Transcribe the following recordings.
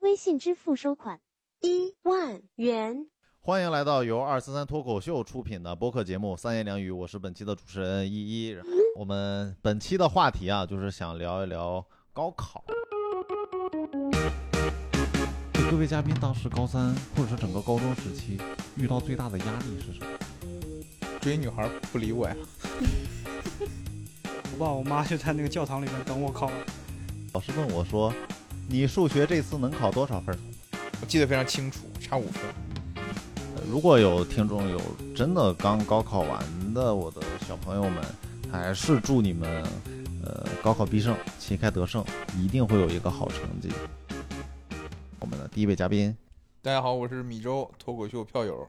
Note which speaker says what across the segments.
Speaker 1: 微信支付收款一万元。
Speaker 2: 欢迎来到由二三三脱口秀出品的播客节目《三言两语》，我是本期的主持人依依。我们本期的话题啊，就是想聊一聊高考。各位嘉宾，当时高三或者是整个高中时期遇到最大的压力是什么？
Speaker 3: 追女孩不理我呀？
Speaker 4: 我爸我妈就在那个教堂里面等我考完。
Speaker 2: 老师问我说：“你数学这次能考多少分儿
Speaker 3: 我记得非常清楚，差五分。？”
Speaker 2: 呃如果有听众有真的刚高考完的我的小朋友们，还是祝你们，呃，高考必胜，旗开得胜，一定会有一个好成绩。我们的第一位嘉宾，
Speaker 3: 大家好，我是米粥脱口秀票友，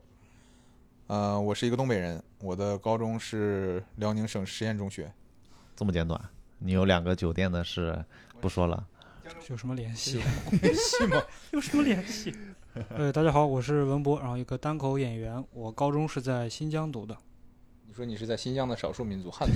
Speaker 3: 呃，我是一个东北人，我的高中是辽宁省实验中学。
Speaker 2: 这么简短，你有两个酒店的事不说了。
Speaker 4: 有什么联系？
Speaker 3: 是吗？
Speaker 4: 有什么 联系？呃，大家好，我是文博，然后一个单口演员。我高中是在新疆读的。
Speaker 3: 你说你是在新疆的少数民族汉族，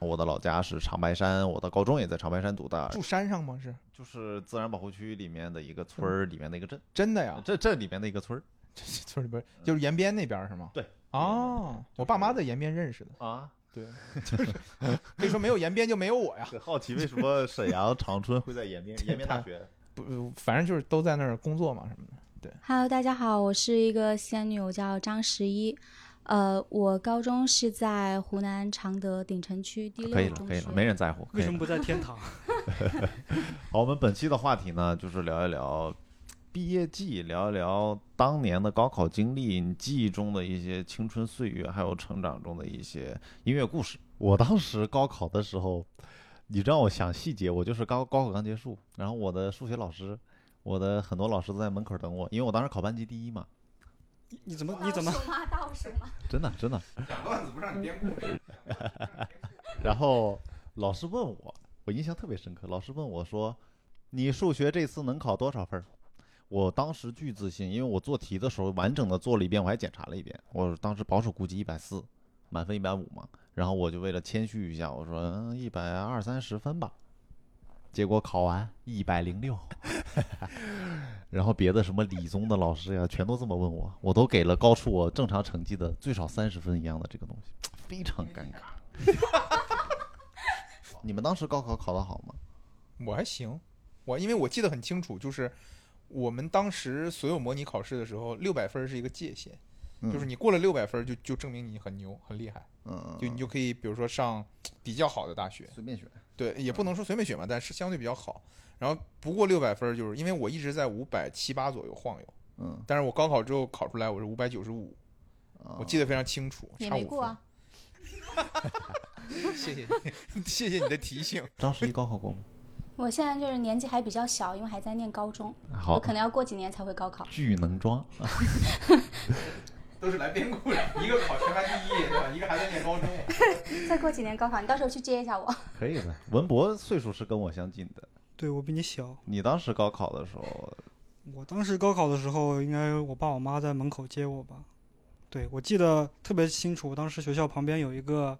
Speaker 2: 我的老家是长白山，我的高中也在长白山读的，
Speaker 3: 住山上吗？是
Speaker 2: 就是自然保护区里面的一个村儿里面的一个镇，
Speaker 5: 嗯
Speaker 3: 真的 呀？
Speaker 2: 这这里面的一个村儿
Speaker 3: 这村里边就是延边那边是吗？
Speaker 2: 对。
Speaker 3: 哦，我爸妈在延边认识的，
Speaker 2: 啊。
Speaker 3: 对，就是可以说没有延边就没有我呀。
Speaker 2: 很好奇为什么沈阳长春会在延 边延边大学？
Speaker 3: 不，反正就是都在那儿工作嘛什么的。
Speaker 5: Hello，大家好，我是一个西安女友，叫张十一。呃，我高中是在湖南常德鼎城区第六
Speaker 2: 可以了，
Speaker 5: 中
Speaker 2: 可以
Speaker 5: 学
Speaker 2: 了，没人在乎。可
Speaker 4: 为
Speaker 2: 以
Speaker 4: 什
Speaker 2: 了。
Speaker 4: 么不在天堂？
Speaker 2: 好，我们本期的话题呢，就是聊一聊毕业季，聊一聊当年的高考经历，你记忆中的一些青春岁月，还有成长中的一些音乐故事。我当时高考的时候，你让我想细节，我就是高高考刚结束，然后我的数学老师，我的很多老师都在门口等我，因为我当时考班级第一嘛，
Speaker 4: 你你怎么你怎么？
Speaker 5: 吗？倒数吗？
Speaker 2: 真的真的。
Speaker 3: 讲段子不让你编故事，
Speaker 2: 然后老师问我，我印象特别深刻。老师问我说：“你数学这次能考多少分儿？”我当时巨自信，因为我做题的时候完整的做了一遍，我还检查了一遍。我当时保守估计一百四，满分一百五嘛。然后我就为了谦虚一下，我说：“嗯，一百二三十分吧。”结果考完一百零六， 然后别的什么理综的老师呀，全都这么问我，我都给了高出我正常成绩的最少三十分一样的这个东西，非常尴尬。你们当时高考考得好吗？
Speaker 3: 我还行，我因为我记得很清楚，就是我们当时所有模拟考试的时候，六百分儿是一个界限，
Speaker 2: 嗯
Speaker 3: 就是你过了六百分儿就就证明你很牛很厉害，
Speaker 2: 嗯，
Speaker 3: 就你就可以比如说上比较好的大学，
Speaker 2: 随便选。
Speaker 3: 对，也不能说随便选吧，但是相对比较好。然后不过六百分儿，就是因为我一直在五百七八左右晃悠，
Speaker 2: 嗯，啊
Speaker 3: 但是我高考之后考出来我是五百九十五，我记得
Speaker 2: 哦
Speaker 3: 非常清楚，
Speaker 5: 也
Speaker 3: 差
Speaker 5: 没
Speaker 3: 五
Speaker 5: 过
Speaker 3: 分
Speaker 5: 啊。。
Speaker 3: 谢谢你， 谢谢你的提醒。
Speaker 2: 张十一高考过吗？
Speaker 5: 我现在就是年纪还比较小，因为还在念高中，我
Speaker 2: 好
Speaker 5: 可，能要过几年才会高考。
Speaker 2: 巨能装。
Speaker 3: 都是来编故事，一个考全班第一，对吧？一个还在念高中。
Speaker 5: 再过几年高考，你到时候去接一下我。
Speaker 2: 可以的，文博岁数是跟我相近的。
Speaker 4: 对我比你小。
Speaker 2: 你当时高考的时候，
Speaker 4: 我当时高考的时候，应该我爸我妈在门口接我吧？对，我记得特别清楚，当时学校旁边有一个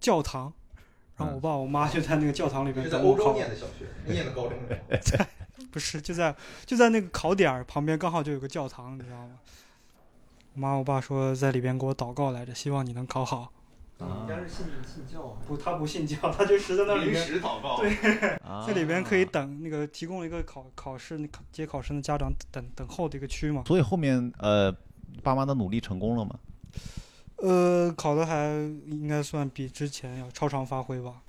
Speaker 4: 教堂，
Speaker 3: 嗯
Speaker 4: 然后我爸我妈就在那个教堂里面等我考完。
Speaker 3: 的小学，念的高中。
Speaker 4: 不是，就在就在那个考点儿旁边，刚好就有个教堂，你知道吗？我妈我爸说在里边给我祷告来着，希望你能考好。
Speaker 2: 啊
Speaker 3: 是信信教，啊
Speaker 4: 不，他不信教，他就实在那里面，
Speaker 3: 时祷告。
Speaker 4: 对
Speaker 2: 啊
Speaker 4: 在里边可以。等那个提供了一个考考试那考接考生的家长等等候的一个区嘛。
Speaker 2: 啊所以后面呃，爸妈的努力成功了吗？
Speaker 4: 呃，考的还应该算比之前要超常发挥吧？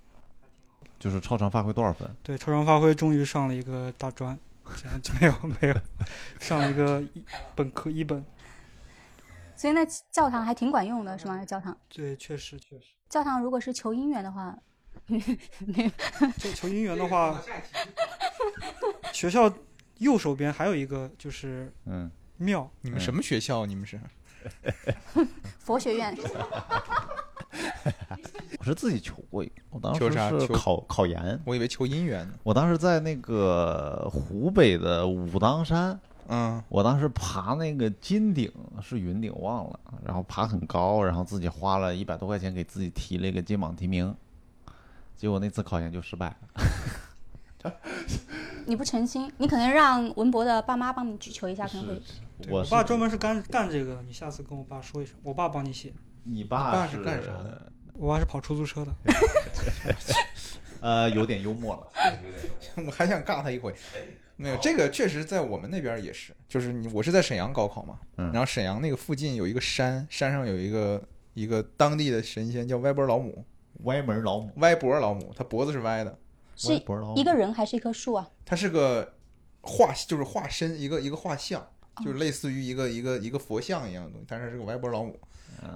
Speaker 2: 就是超常发挥多少分？
Speaker 4: 对，超常发挥终于上了一个大专，这样就没有没有，上了一个一本科一本。
Speaker 5: 所以那教堂还挺管用的，是吗？教堂，
Speaker 4: 对，确实确实。
Speaker 5: 教堂如果是求姻缘的话，
Speaker 4: 就求姻缘的话， 学校右手边还有一个就是
Speaker 2: 嗯，
Speaker 4: 庙，
Speaker 3: 你们什么学校？你们是？
Speaker 5: 佛学院
Speaker 2: 我是自己求过一个，我当时
Speaker 3: 求啥
Speaker 2: 是
Speaker 3: 求
Speaker 2: 考考研，
Speaker 3: 我以为求姻缘呢。
Speaker 2: 我当时在那个湖北的武当山，
Speaker 3: 嗯，
Speaker 2: 我当时爬那个金顶是云顶忘了，然后爬很高，然后自己花了一百多块钱给自己提了一个金榜题名，结果那次考研就失败了。
Speaker 5: 你不澄清，你可能让文博的爸妈帮你举球一下，可能会
Speaker 2: 是
Speaker 4: 对
Speaker 2: 我
Speaker 4: 我
Speaker 2: 是
Speaker 4: 爸专门是干干这个，你下次跟我爸说一声，我爸帮你写。
Speaker 2: 你
Speaker 3: 爸
Speaker 2: 爸
Speaker 3: 是干啥？的？
Speaker 4: 我爸是跑出租车的，
Speaker 2: 呃，有点幽默了，有点幽默
Speaker 3: 我还想尬他一回。没有，这个确实在我们那边儿也是，就是你我是在沈阳高考嘛，
Speaker 2: 嗯
Speaker 3: 然后沈阳那个附近有一个山，山上有一个一个当地的神仙叫歪脖老母，
Speaker 2: 歪门老母，
Speaker 3: 歪脖老母，她脖子是歪的，
Speaker 5: 是
Speaker 2: 歪脖老母
Speaker 5: 一个人还是一棵树啊？
Speaker 3: 她是个画，就是画身一个一个画像，就是类似于一个一个一个佛像一样的东西，但是是个歪脖老母。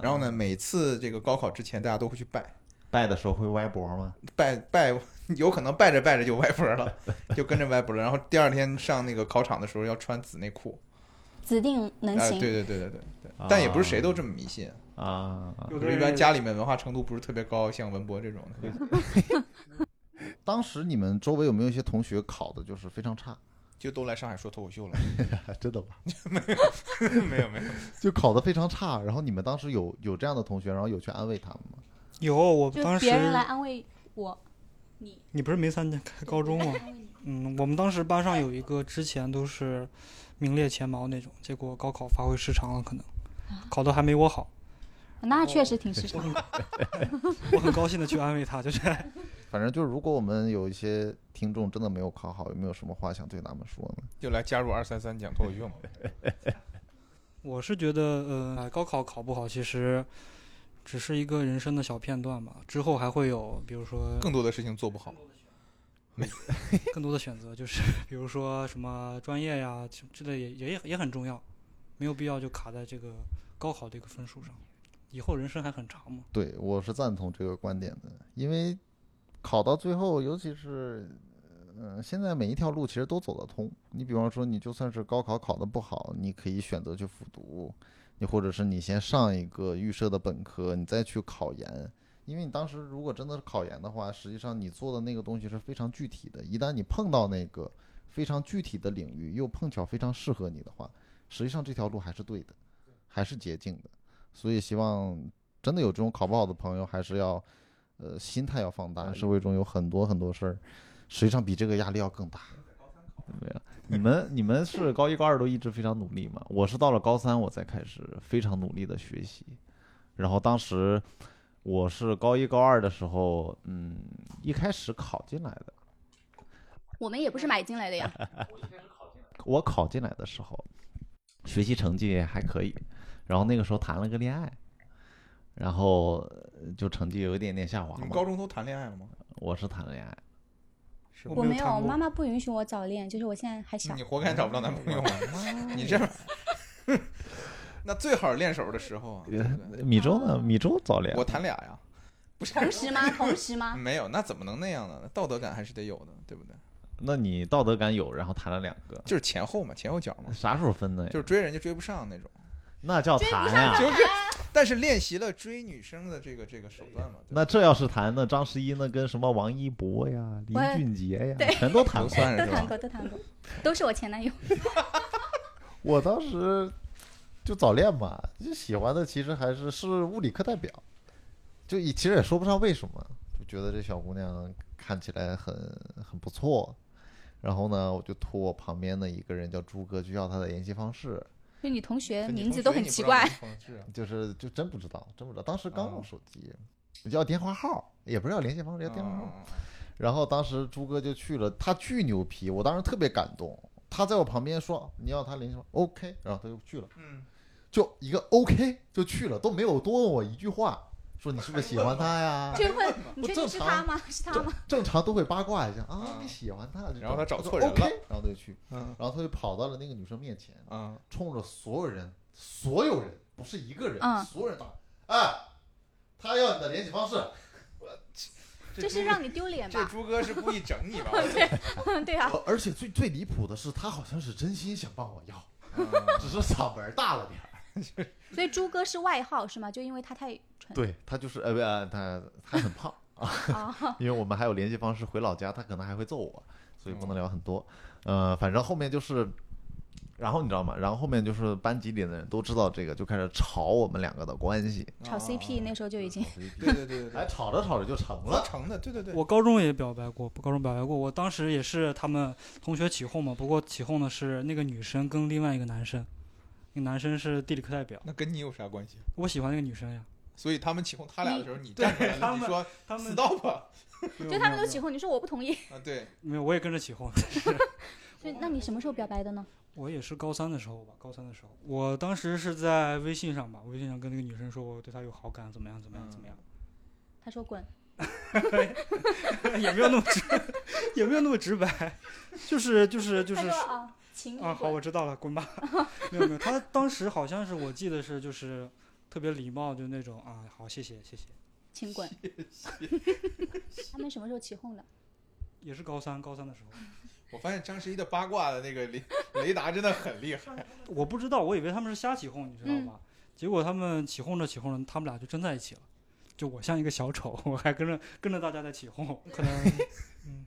Speaker 3: 然后呢，每次这个高考之前，大家都会去拜
Speaker 2: 拜的时候会歪脖吗？
Speaker 3: 拜拜， 有可能拜着拜着就歪脖了， 就跟着歪脖了。然后第二天上那个考场的时候要穿紫内裤。
Speaker 5: 指定能
Speaker 3: 哎，
Speaker 5: 行。
Speaker 3: 对对对对对对，但也不是谁都这么迷信，
Speaker 2: 啊，
Speaker 4: 有
Speaker 3: 就是一般家里面文化程度不是特别高，像文博这种的，就
Speaker 2: 当时你们周围有没有一些同学考的就是非常差？
Speaker 3: 就都来上海说脱口秀了。
Speaker 2: 真的吗？
Speaker 3: 没有没有，
Speaker 2: 就考的非常差，然后你们当时有有这样的同学，然后有去安慰他们吗？
Speaker 4: 有我
Speaker 5: 就
Speaker 4: 当时
Speaker 5: 别人来安慰我，你
Speaker 4: 你不是没参加高中 吗？嗯，我们当时班上有一个之前都是名列前茅那种，结果高考发挥失常了，可能
Speaker 5: 啊
Speaker 4: 考的还没我好。
Speaker 5: 那确实挺时尚。
Speaker 4: 我很高兴的去安慰他，就是
Speaker 2: 反正就是，如果我们有一些听众真的没有考好，有没有什么话想对他们说呢？
Speaker 3: 就来加入二三三讲脱口秀嘛。
Speaker 4: 我是觉得，呃，高考考不好其实只是一个人生的小片段吧，之后还会有，比如说
Speaker 3: 更多的事情做不好，
Speaker 4: 更多的选择，就是比如说什么专业呀之之类也也也很重要，没有必要就卡在这个高考这个分数上，以后人生还很长嘛。
Speaker 2: 对我是赞同这个观点的，因为考到最后，尤其是。嗯，现在每一条路其实都走得通。你比方说，你就算是高考考得不好，你可以选择去复读，你或者是你先上一个预设的本科，你再去考研。因为你当时如果真的是考研的话，实际上你做的那个东西是非常具体的。一旦你碰到那个非常具体的领域，又碰巧非常适合你的话，实际上这条路还是对的，还是捷径的。所以希望真的有这种考不好的朋友，还是要呃心态要放大。社会中有很多很多事儿，实际上比这个压力要更大。对啊，你们你们是高一高二都一直非常努力吗？我是到了高三我才开始非常努力的学习，然后当时我是高一高二的时候，嗯，一开始考进来的，
Speaker 5: 我们也不是买进来的呀，
Speaker 2: 我考进来的时候，学习成绩还可以，然后那个时候谈了个恋爱，然后呃就成绩有一点点下滑
Speaker 3: 你们
Speaker 2: 嘛
Speaker 3: 高。中都谈恋爱了吗？
Speaker 2: 我是谈了恋爱，
Speaker 3: 是
Speaker 5: 我没有，
Speaker 4: 谈过
Speaker 5: 妈妈不允许我早恋，就是我现在还小
Speaker 3: 你。活该找不着男
Speaker 2: 哎
Speaker 3: 朋友啊！ 你这，那最好是练手的时候啊，对不对？
Speaker 2: 米粥
Speaker 5: 哦
Speaker 2: 呢？米粥早恋
Speaker 3: 我，谈俩呀，不是嗯
Speaker 5: 同时吗？同时吗？
Speaker 3: 没有，那怎么能那样呢？道德感还是得有的，对不对？
Speaker 2: 那你道德感有，然后谈了两个，
Speaker 3: 就是前后嘛，前后脚嘛，
Speaker 2: 啥时候分的呀？
Speaker 3: 就是追人家追不上那种。
Speaker 2: 那叫谈
Speaker 5: 啊
Speaker 2: 呀、
Speaker 3: 就是，但是练习了追女生的这个这个手段嘛，对吧
Speaker 2: 那这要是谈，那张十一那跟什么王一博呀、林
Speaker 5: 我
Speaker 2: 俊杰呀
Speaker 5: 对，
Speaker 2: 全都谈
Speaker 3: 不
Speaker 2: 过。
Speaker 3: 算
Speaker 5: 都
Speaker 3: 是吧
Speaker 5: 谈？过，都谈过，都是我前男友。
Speaker 2: 我当时就早恋嘛，就喜欢的其实还是是物理课代表，就也其实也说不上为什么，就觉得这小姑娘看起来很很不错。然后呢，我就托我旁边的一个人叫朱哥去要她的联系方式，
Speaker 5: 就你同学
Speaker 3: 就你
Speaker 5: 名
Speaker 3: 同
Speaker 5: 字都
Speaker 3: 学
Speaker 5: 很
Speaker 3: 你不
Speaker 5: 奇
Speaker 3: 知道
Speaker 5: 怪
Speaker 3: 你，同事 啊
Speaker 2: 就是就真不知道，真不知道。当时刚
Speaker 3: 哦
Speaker 2: 用手机，要电话号，也不是要联系方式，要电话
Speaker 3: 哦
Speaker 2: 号。
Speaker 3: 啊
Speaker 2: 然后当时朱哥就去了，他巨牛皮，我当时特别感动。他在我旁边说：“你要他联系吗？”OK，然后他就去了。
Speaker 3: 嗯，
Speaker 2: 就一个 OK 就去了，都没有多问我一句话，说你是不是喜欢他呀？
Speaker 3: 嗯
Speaker 5: 就问你
Speaker 2: 不
Speaker 5: 确定
Speaker 2: 正
Speaker 5: 是
Speaker 2: 常
Speaker 5: 他吗？是他
Speaker 2: 正
Speaker 5: 吗？
Speaker 2: 正常都会八卦一下啊
Speaker 3: 啊，
Speaker 2: 你喜欢他，
Speaker 3: 然后他找错
Speaker 2: 就
Speaker 3: 人了
Speaker 2: OK，然后他就去，
Speaker 3: 嗯
Speaker 2: 然后他就跑到了那个女生面前，
Speaker 3: 嗯，
Speaker 2: 冲着所有人，所有人不是一个人，
Speaker 5: 嗯
Speaker 2: 所有人大喊，哎，他要你的联系方式，
Speaker 5: 这是让你丢脸
Speaker 3: 这
Speaker 5: 吧？
Speaker 3: 朱哥是故意整 你吧？
Speaker 5: 对 对啊，
Speaker 2: 呃而且最最离谱的是，他好像是真心想帮我 要，
Speaker 3: 嗯
Speaker 2: 只是嗓门大了点儿。
Speaker 5: 所以朱哥是外号是吗？就因为他太 蠢
Speaker 2: 对他就是呃不呃他他很胖。
Speaker 5: 啊，
Speaker 2: 因为我们还有联系方式，回老家他可能还会揍我，所以不能聊很多。呃，反正后面就是然后你知道吗？然后后面就是班级里的人都知道这个，就开始吵我们两个的关系。
Speaker 5: 炒 CP 那时候就已经
Speaker 3: 嗯对对对对
Speaker 2: 哎，
Speaker 3: 对，
Speaker 2: 吵着吵着就成
Speaker 3: 合
Speaker 2: 了。
Speaker 3: 成的，对对对，
Speaker 4: 我高中也表白过，不，高中表白过。我当时也是他们同学起哄嘛，不过起哄的是那个女生跟另外一个男生，那个男生是地理课代表，
Speaker 3: 那跟你有啥关系？
Speaker 4: 我喜欢那个女生呀。
Speaker 3: 所以他们起哄他俩的时候，你站出来
Speaker 4: 对他
Speaker 3: 了，
Speaker 4: 们
Speaker 3: 你说
Speaker 4: 他们
Speaker 3: stop 啊，
Speaker 5: 就他们都起哄，你说我不同意，
Speaker 3: 对，
Speaker 4: 没有，我也跟着起哄。
Speaker 5: 就那你什么时候表白的呢？
Speaker 4: 我也是高三的时候吧，高三的时候，我当时是在微信上吧，微信上跟那个女生说我对她有好感，怎么样，怎么样，怎么样，
Speaker 5: 他说滚，
Speaker 4: 也没有那么直，也没有那么直白，就是就是就是
Speaker 5: 他说啊，请你
Speaker 4: 啊，好，
Speaker 5: 滚，
Speaker 4: 我知道了，滚吧。 没有没有，他当时好像是我记得是就是特别礼貌，就那种啊，好，谢谢谢谢。
Speaker 5: 请滚。 他们什么时候起哄的？
Speaker 4: 也是高三高三的时候，
Speaker 3: 我发现张十一的八卦的那个雷雷达真的很厉害，
Speaker 4: 我不知道，我以为他们是瞎起哄，你知道
Speaker 5: 嗯
Speaker 4: 吧？结果他们起哄着起哄着，他们俩就真在一起了。就我像一个小丑，我还跟着跟着大家在起哄，可能嗯，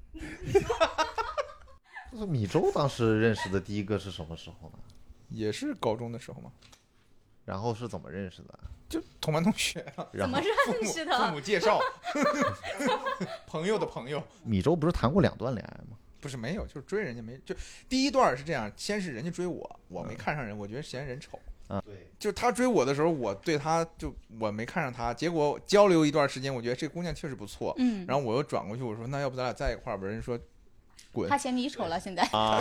Speaker 2: 就是米粥当时认识的第一个是什么时候呢？
Speaker 3: 也是高中的时候嘛，
Speaker 2: 然后是怎么认识的？
Speaker 3: 就同班同学啊，
Speaker 2: 然后
Speaker 3: 父母父？母介绍，朋友的朋友，
Speaker 2: 米粥不是谈过两段恋爱吗？
Speaker 3: 不是没有，就是追人家没，就第一段是这样，先是人家追我，我
Speaker 4: 嗯
Speaker 3: 没看上人，我觉得嫌人丑。
Speaker 2: 嗯，
Speaker 3: 对，就是他追我的时候，我对他就我没看上他，结果交流一段时间，我觉得这姑娘确实不错，
Speaker 5: 嗯，
Speaker 3: 然后我又转过去，我说那要不咱俩在一块儿吧？人家说滚
Speaker 5: 他，嫌你丑了，现在，
Speaker 2: 啊，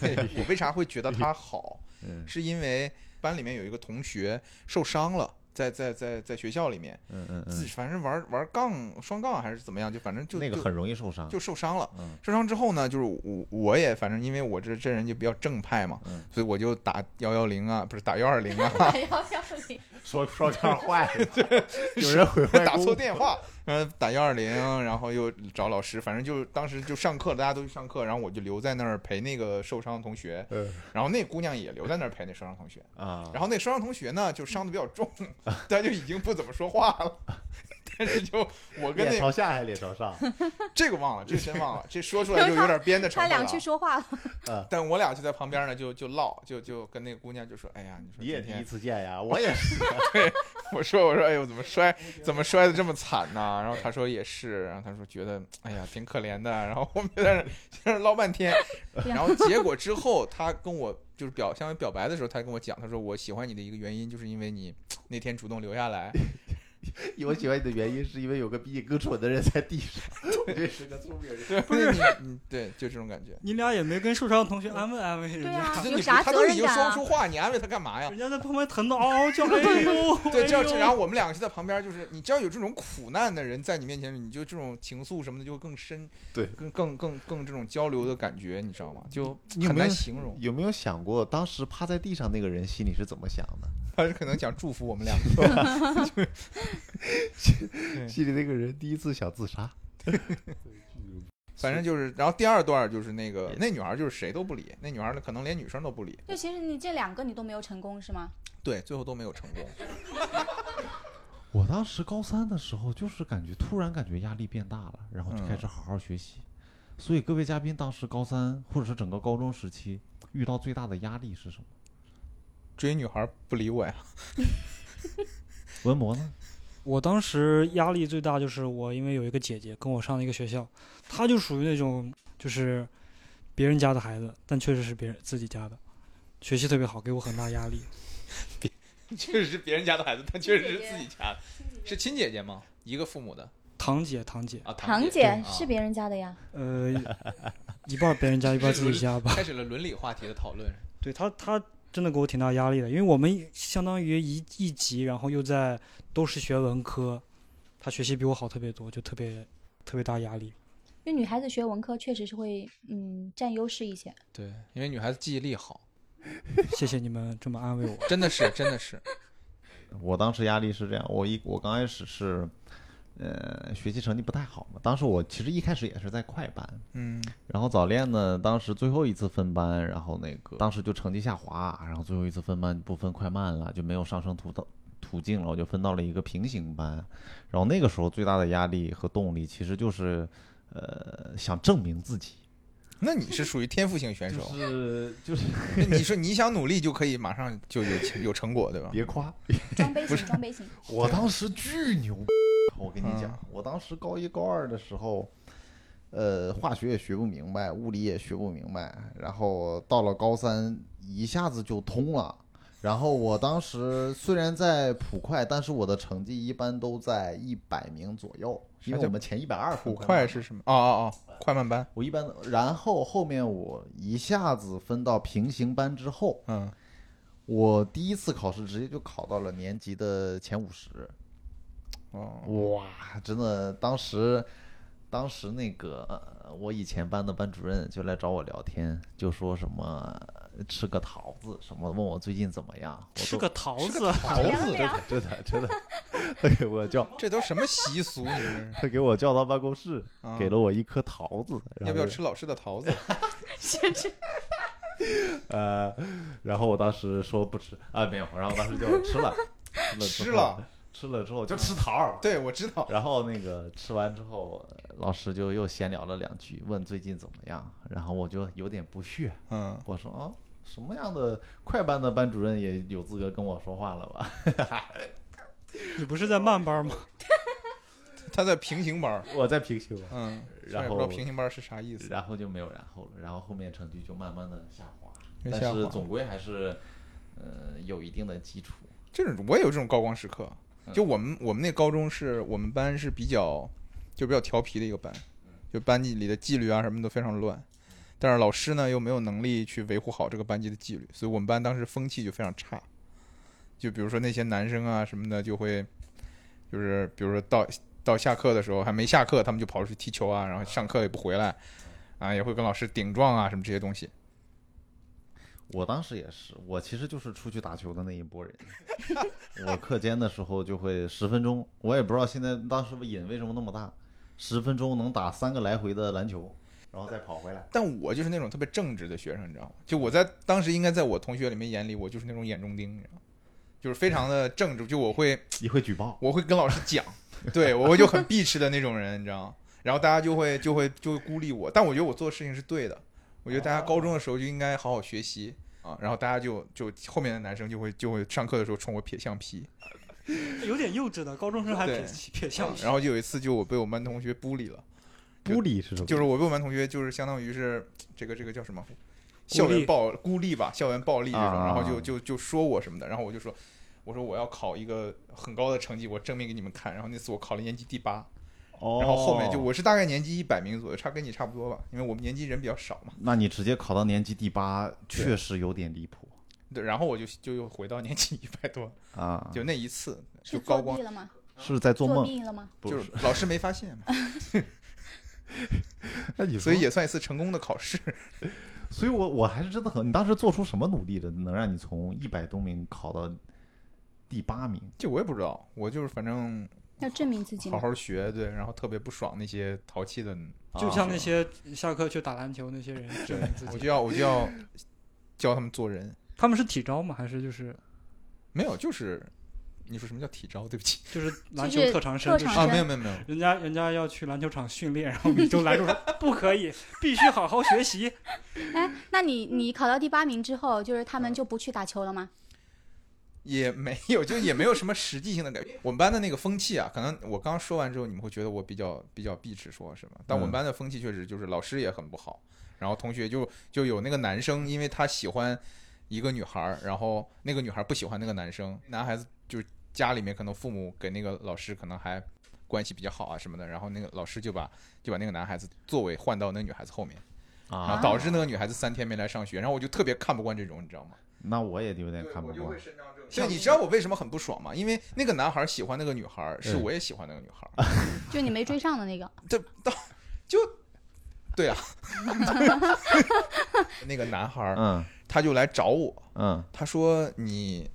Speaker 3: 对 我为啥会觉得他好？
Speaker 2: 嗯
Speaker 3: 是因为班里面有一个同学受伤了，在在在在学校里面，
Speaker 2: 嗯嗯
Speaker 3: 自
Speaker 2: 嗯，
Speaker 3: 己反正玩玩杠双杠还是怎么样，就反正就
Speaker 2: 那个
Speaker 3: 就
Speaker 2: 很容易受伤。
Speaker 3: 就受伤了。
Speaker 2: 嗯
Speaker 3: 受伤之后呢，就是我我也反正因为我这这人就比较正派嘛，
Speaker 2: 嗯
Speaker 3: 所以我就打幺幺零啊，不是打幺二 零啊
Speaker 5: 打幺幺 零，
Speaker 2: 说 说这坏了，有人毁坏
Speaker 3: 打
Speaker 2: 公
Speaker 3: 错
Speaker 2: 物
Speaker 3: 电话，嗯，打幺二零，然后又找老师，反正就当时就上课了，大家都去上课，然后我就留在那儿陪那个受伤的同学，
Speaker 2: 嗯
Speaker 3: 然后那姑娘也留在那儿陪那受伤同学。
Speaker 2: 啊，
Speaker 3: 然后那受伤同学呢，就伤的比较 重，他就已经不怎么说话了。 但是就我跟
Speaker 2: 脸
Speaker 3: 那
Speaker 2: 朝下还是脸朝 上？
Speaker 3: 这个忘了，这真 忘了，这说出来就有点编的成
Speaker 5: 他
Speaker 3: 分了
Speaker 5: 俩
Speaker 3: 啊。
Speaker 5: 去说话了，
Speaker 3: 但我俩就在旁边呢，就就唠，就就跟那个姑娘就说：“哎呀，你说
Speaker 2: 你也
Speaker 3: 今
Speaker 2: 第一
Speaker 3: 天，
Speaker 2: 次见 呀，我也是。
Speaker 3: 我说我说，哎呦，怎 么摔，怎么摔的这么惨呢、然后她说也是，然后她说觉得，哎呀，挺可怜的。 然后我们在那儿在那儿唠 半天，然后结果之后，她跟我就是表向于表白的时候，她跟我讲，她说我喜欢你的一个原因，就是因为你那天主动留下来，
Speaker 2: 我喜欢你的原因是因为有个比你更蠢的人在地上，我这是个聪明人。
Speaker 3: 对，不是你，你对，就这种感觉。
Speaker 4: 你俩也没跟受伤的同学安慰安慰人
Speaker 5: 对
Speaker 4: 家，
Speaker 5: 啊，
Speaker 3: 就
Speaker 5: 有
Speaker 3: 你
Speaker 5: 啥
Speaker 3: 他
Speaker 5: 责
Speaker 3: 都已
Speaker 5: 任
Speaker 3: 经
Speaker 5: 感
Speaker 3: 说
Speaker 5: 啊
Speaker 3: 出？话，你安慰他干嘛呀？
Speaker 4: 人家在旁边疼的嗷嗷叫，哎呦，
Speaker 3: 对，这样
Speaker 4: 哎呦
Speaker 3: 这，然后我们两个就在旁边，就是你只要有这种苦难的人在你面前，你就这种情愫什么的就会更深，
Speaker 2: 对
Speaker 3: 更更更更这种交流的感觉，你知道吗？就
Speaker 2: 你有
Speaker 3: 很
Speaker 2: 没有
Speaker 3: 难形容。
Speaker 2: 有没有想过当时趴在地上那个人心里是怎么想的？
Speaker 3: 他是可能想祝福我们两个，
Speaker 2: 心里那个人第一次想自 杀，
Speaker 3: 反正就是，然后第二段就是那个那女孩就是谁都不理，那女孩可能连女生都不理，
Speaker 5: 就其实你这两个你都没有成功是吗？
Speaker 3: 对，最后都没有成功。
Speaker 2: 我当时高三的时候，就是感觉突然感觉压力变大了，然后就
Speaker 3: 嗯
Speaker 2: 开始好好学习。所以各位嘉宾，当时高三或者是整个高中时期遇到最大的压力是什么？
Speaker 3: 追女孩不理我呀，
Speaker 2: 文博呢？
Speaker 4: 我当时压力最大就是我因为有一个姐姐跟我上了一个学校，她就属于那种就是别人家的孩子，但确实是别人自己家的，学习特别好，给我很大压力。
Speaker 3: 确实是别人家的孩子，但确实是自己家的，是亲姐姐吗？一个父母的
Speaker 4: 堂姐，堂姐，
Speaker 3: 啊，
Speaker 5: 堂
Speaker 3: 姐
Speaker 5: 姐是别人家的呀，
Speaker 4: 呃，一半儿别人家，一半儿自己家吧。
Speaker 3: 开始了伦理话题的讨论。
Speaker 4: 对她，她真的给我挺大压力的，因为我们相当于一一级，然后又在都是学文科，她学习比我好特别多，就特别特别大压力。
Speaker 5: 因为女孩子学文科确实是会嗯占优势一些。
Speaker 3: 对，因为女孩子记忆力好，
Speaker 4: 谢谢你们这么安慰我。
Speaker 3: 真的是，真的是，
Speaker 2: 我当时压力是这样，我一我刚开始是，呃，学习成绩不太好嘛。当时我其实一开始也是在快班，
Speaker 3: 嗯，
Speaker 2: 然后早恋呢，当时最后一次分班，然后那个当时就成绩下滑，然后最后一次分班不分快慢了，就没有上升途道途径了，我就分到了一个平行班。然后那个时候最大的压力和动力其实就是，呃，想证明自己。
Speaker 3: 那你是属于天赋型选
Speaker 2: 就
Speaker 3: 手，
Speaker 2: 是就是
Speaker 3: 那你说你想努力就可以马上就有 有成果，对吧？
Speaker 2: 别夸，
Speaker 5: 装备
Speaker 3: 不
Speaker 5: 型
Speaker 3: 是
Speaker 5: 装备型，
Speaker 2: 我当时巨牛，我跟你讲
Speaker 3: 嗯，
Speaker 2: 我当时高一高二的时候，呃，化学也学不明白，物理也学不明白，然后到了高三一下子就通了。然后我当时虽然在普快，但是我的成绩一般都在一百名左右，因
Speaker 3: 啥
Speaker 2: 为
Speaker 3: 叫
Speaker 2: 我们前一百二
Speaker 3: 普快是什么？哦哦哦，快慢班。
Speaker 2: 我一般，然后后面我一下子分到平行班之后，
Speaker 3: 嗯，
Speaker 2: 我第一次考试直接就考到了年级的前五十，
Speaker 3: 哦，
Speaker 2: 哇，真的，当时，当时那个呃我以前班的班主任就来找我聊天，就说什么吃个桃子什么，问我最近怎么样。我
Speaker 4: 吃
Speaker 2: 说
Speaker 4: 个桃子，
Speaker 2: 桃
Speaker 5: 凉
Speaker 2: 子，啊真的 真的真的，他给我叫，
Speaker 3: 这都什么习俗？你这
Speaker 2: 他给我叫到办公室，
Speaker 3: 啊
Speaker 2: 给了我一颗桃子，然
Speaker 3: 要不
Speaker 2: 后
Speaker 3: 要吃老师的桃子？
Speaker 2: 呃，然后我当时说不吃啊，没有，然后我当时就吃了，
Speaker 3: 吃
Speaker 2: 吃
Speaker 3: 了
Speaker 2: 了之后，吃了之后就吃桃儿，
Speaker 3: 对，我知道。
Speaker 2: 然后那个吃完之后，呃老师就又闲聊了两句，问最近怎么样。然后我就有点不屑，
Speaker 3: 嗯，
Speaker 2: 我说啊，什么样的快班的班主任也有资格跟我说话了吧？
Speaker 4: 你不是在慢班吗？
Speaker 3: 他在平行班儿。
Speaker 2: 我在平行班，
Speaker 3: 嗯，虽
Speaker 2: 然
Speaker 3: 也不知道
Speaker 2: 后
Speaker 3: 平行班儿是啥意思。
Speaker 2: 然后就没有然后了，然后后面成绩就慢慢的下滑，
Speaker 3: 就下
Speaker 2: 但是
Speaker 3: 滑
Speaker 2: 总归还是呃有一定的基础。
Speaker 3: 这种我也有这种高光时刻。
Speaker 2: 嗯
Speaker 3: 就我们我们那高中是我们班是比较就比较调皮的一个班，就班级里的纪律啊什么都非常乱，但是老师呢又没有能力去维护好这个班级的纪律，所以我们班当时风气就非常差。就比如说那些男生啊什么的，就会就是比如说到到下课的时候还没下课，他们就跑出去踢球啊，然后上课也不回来，啊也会跟老师顶撞啊什么这些东西。
Speaker 2: 我当时也是，我其实就是出去打球的那一波人。 我课间的时候就会十分钟，我也不知道现在当时瘾为什么那么大，十分钟能打三个来回的篮球，然后再跑回来。
Speaker 3: 但我就是那种特别正直的学生，你知道吗？就我在当时应该在我同学里面眼里，我就是那种眼中钉，你知道吗？就是非常的正直，就我会
Speaker 2: 你会举报？
Speaker 3: 我会跟老师讲，对我会就很避斥的那种人，你知道吗？然后大家就会就会就会孤立我，但我觉得我做的事情是对的，我觉得大家高中的时候就应该好好学习啊，然后大家就就后面的男生就会就会上课的时候冲我撇橡皮，
Speaker 4: 有点幼稚的，高中生还撇
Speaker 3: 对
Speaker 4: 撇相
Speaker 3: 啊然后就有一次就我被我们班同学孤立了。
Speaker 2: 孤立是什么？
Speaker 3: 就是我被我们同学就是相当于是这个这个叫什么，
Speaker 4: 孤
Speaker 3: 校园
Speaker 4: 立
Speaker 3: 暴孤立吧，校园暴力这种，
Speaker 2: 啊
Speaker 3: 然后就就就说我什么的，然后我就说，我说我要考一个很高的成绩，我证明给你们看。然后那次我考了年级第八，
Speaker 2: 哦，
Speaker 3: 然后后面就，我是大概年级一百名左右，差跟你差不多吧，因为我们年级人比较少嘛。
Speaker 2: 那你直接考到年级第八，确实有点离谱
Speaker 3: 对，然后我就就又回到年级一百多，
Speaker 2: 啊！
Speaker 3: 就那一次就是高
Speaker 5: 作
Speaker 3: 光
Speaker 5: 弊，了吗？
Speaker 2: 是在做
Speaker 5: 作
Speaker 2: 梦，
Speaker 5: 弊了吗？
Speaker 2: 不
Speaker 3: 就是是？老师没发现 嘛，
Speaker 2: 那你
Speaker 3: 所以，也算一次成功的考试。
Speaker 2: 所以我我还是真的很，你当时做出什么努力了，能让你从一百多名考到第八名？
Speaker 3: 这我也不知道，我就是反正
Speaker 5: 要证明自己
Speaker 3: 好
Speaker 5: 吗？
Speaker 3: 好学，对，然后特别不爽那些淘气的
Speaker 4: 就像那
Speaker 2: 啊
Speaker 4: 些下课去打篮球那些人，证明自
Speaker 3: 我
Speaker 4: 己。
Speaker 3: 就要我就要教他们做人。
Speaker 4: 他们是体招吗？还是就是
Speaker 3: 没有，就是你说什么叫体招？对不起
Speaker 4: 就是篮
Speaker 5: 就
Speaker 4: 球
Speaker 5: 是
Speaker 4: 特长生？
Speaker 5: 特
Speaker 4: 就
Speaker 5: 长
Speaker 4: 是
Speaker 3: 啊，没有没有没有，
Speaker 4: 人家人家要去篮球场训练，然后你就拦住说 不可以，必须好好学习。
Speaker 5: 哎，那你你考到第八名之后，就是他们就不去打球了吗？
Speaker 3: 也没有，就也没有什么实际性的改变。我们班的那个风气啊，可能我刚说完之后，你们会觉得我比较比较避斥说什么，但我们
Speaker 2: 嗯
Speaker 3: 班的风气确实就是老师也很不好，然后同学就就有那个男生，因为他喜欢一个女孩儿，然后那个女孩儿不喜欢那个男生，男孩子就是家里面可能父母给那个老师可能还关系比较好啊什么的，然后那个老师就把就把那个男孩子座位换到那个女孩子后面。然后
Speaker 2: 啊，
Speaker 3: 导致那个女孩子三天没来上学，然后我就特别看不惯这种，你知道吗？
Speaker 2: 那我也有点看不惯。
Speaker 3: 像你知道我为什么很不爽吗？因为那个男孩喜欢那个女孩，是
Speaker 2: 嗯
Speaker 3: 我也喜欢那个女孩，
Speaker 2: 啊
Speaker 5: 就你没追上的那个，
Speaker 3: 这到就对啊，那个男孩
Speaker 2: 嗯
Speaker 3: 他就来找我，
Speaker 2: 嗯，
Speaker 3: 他说你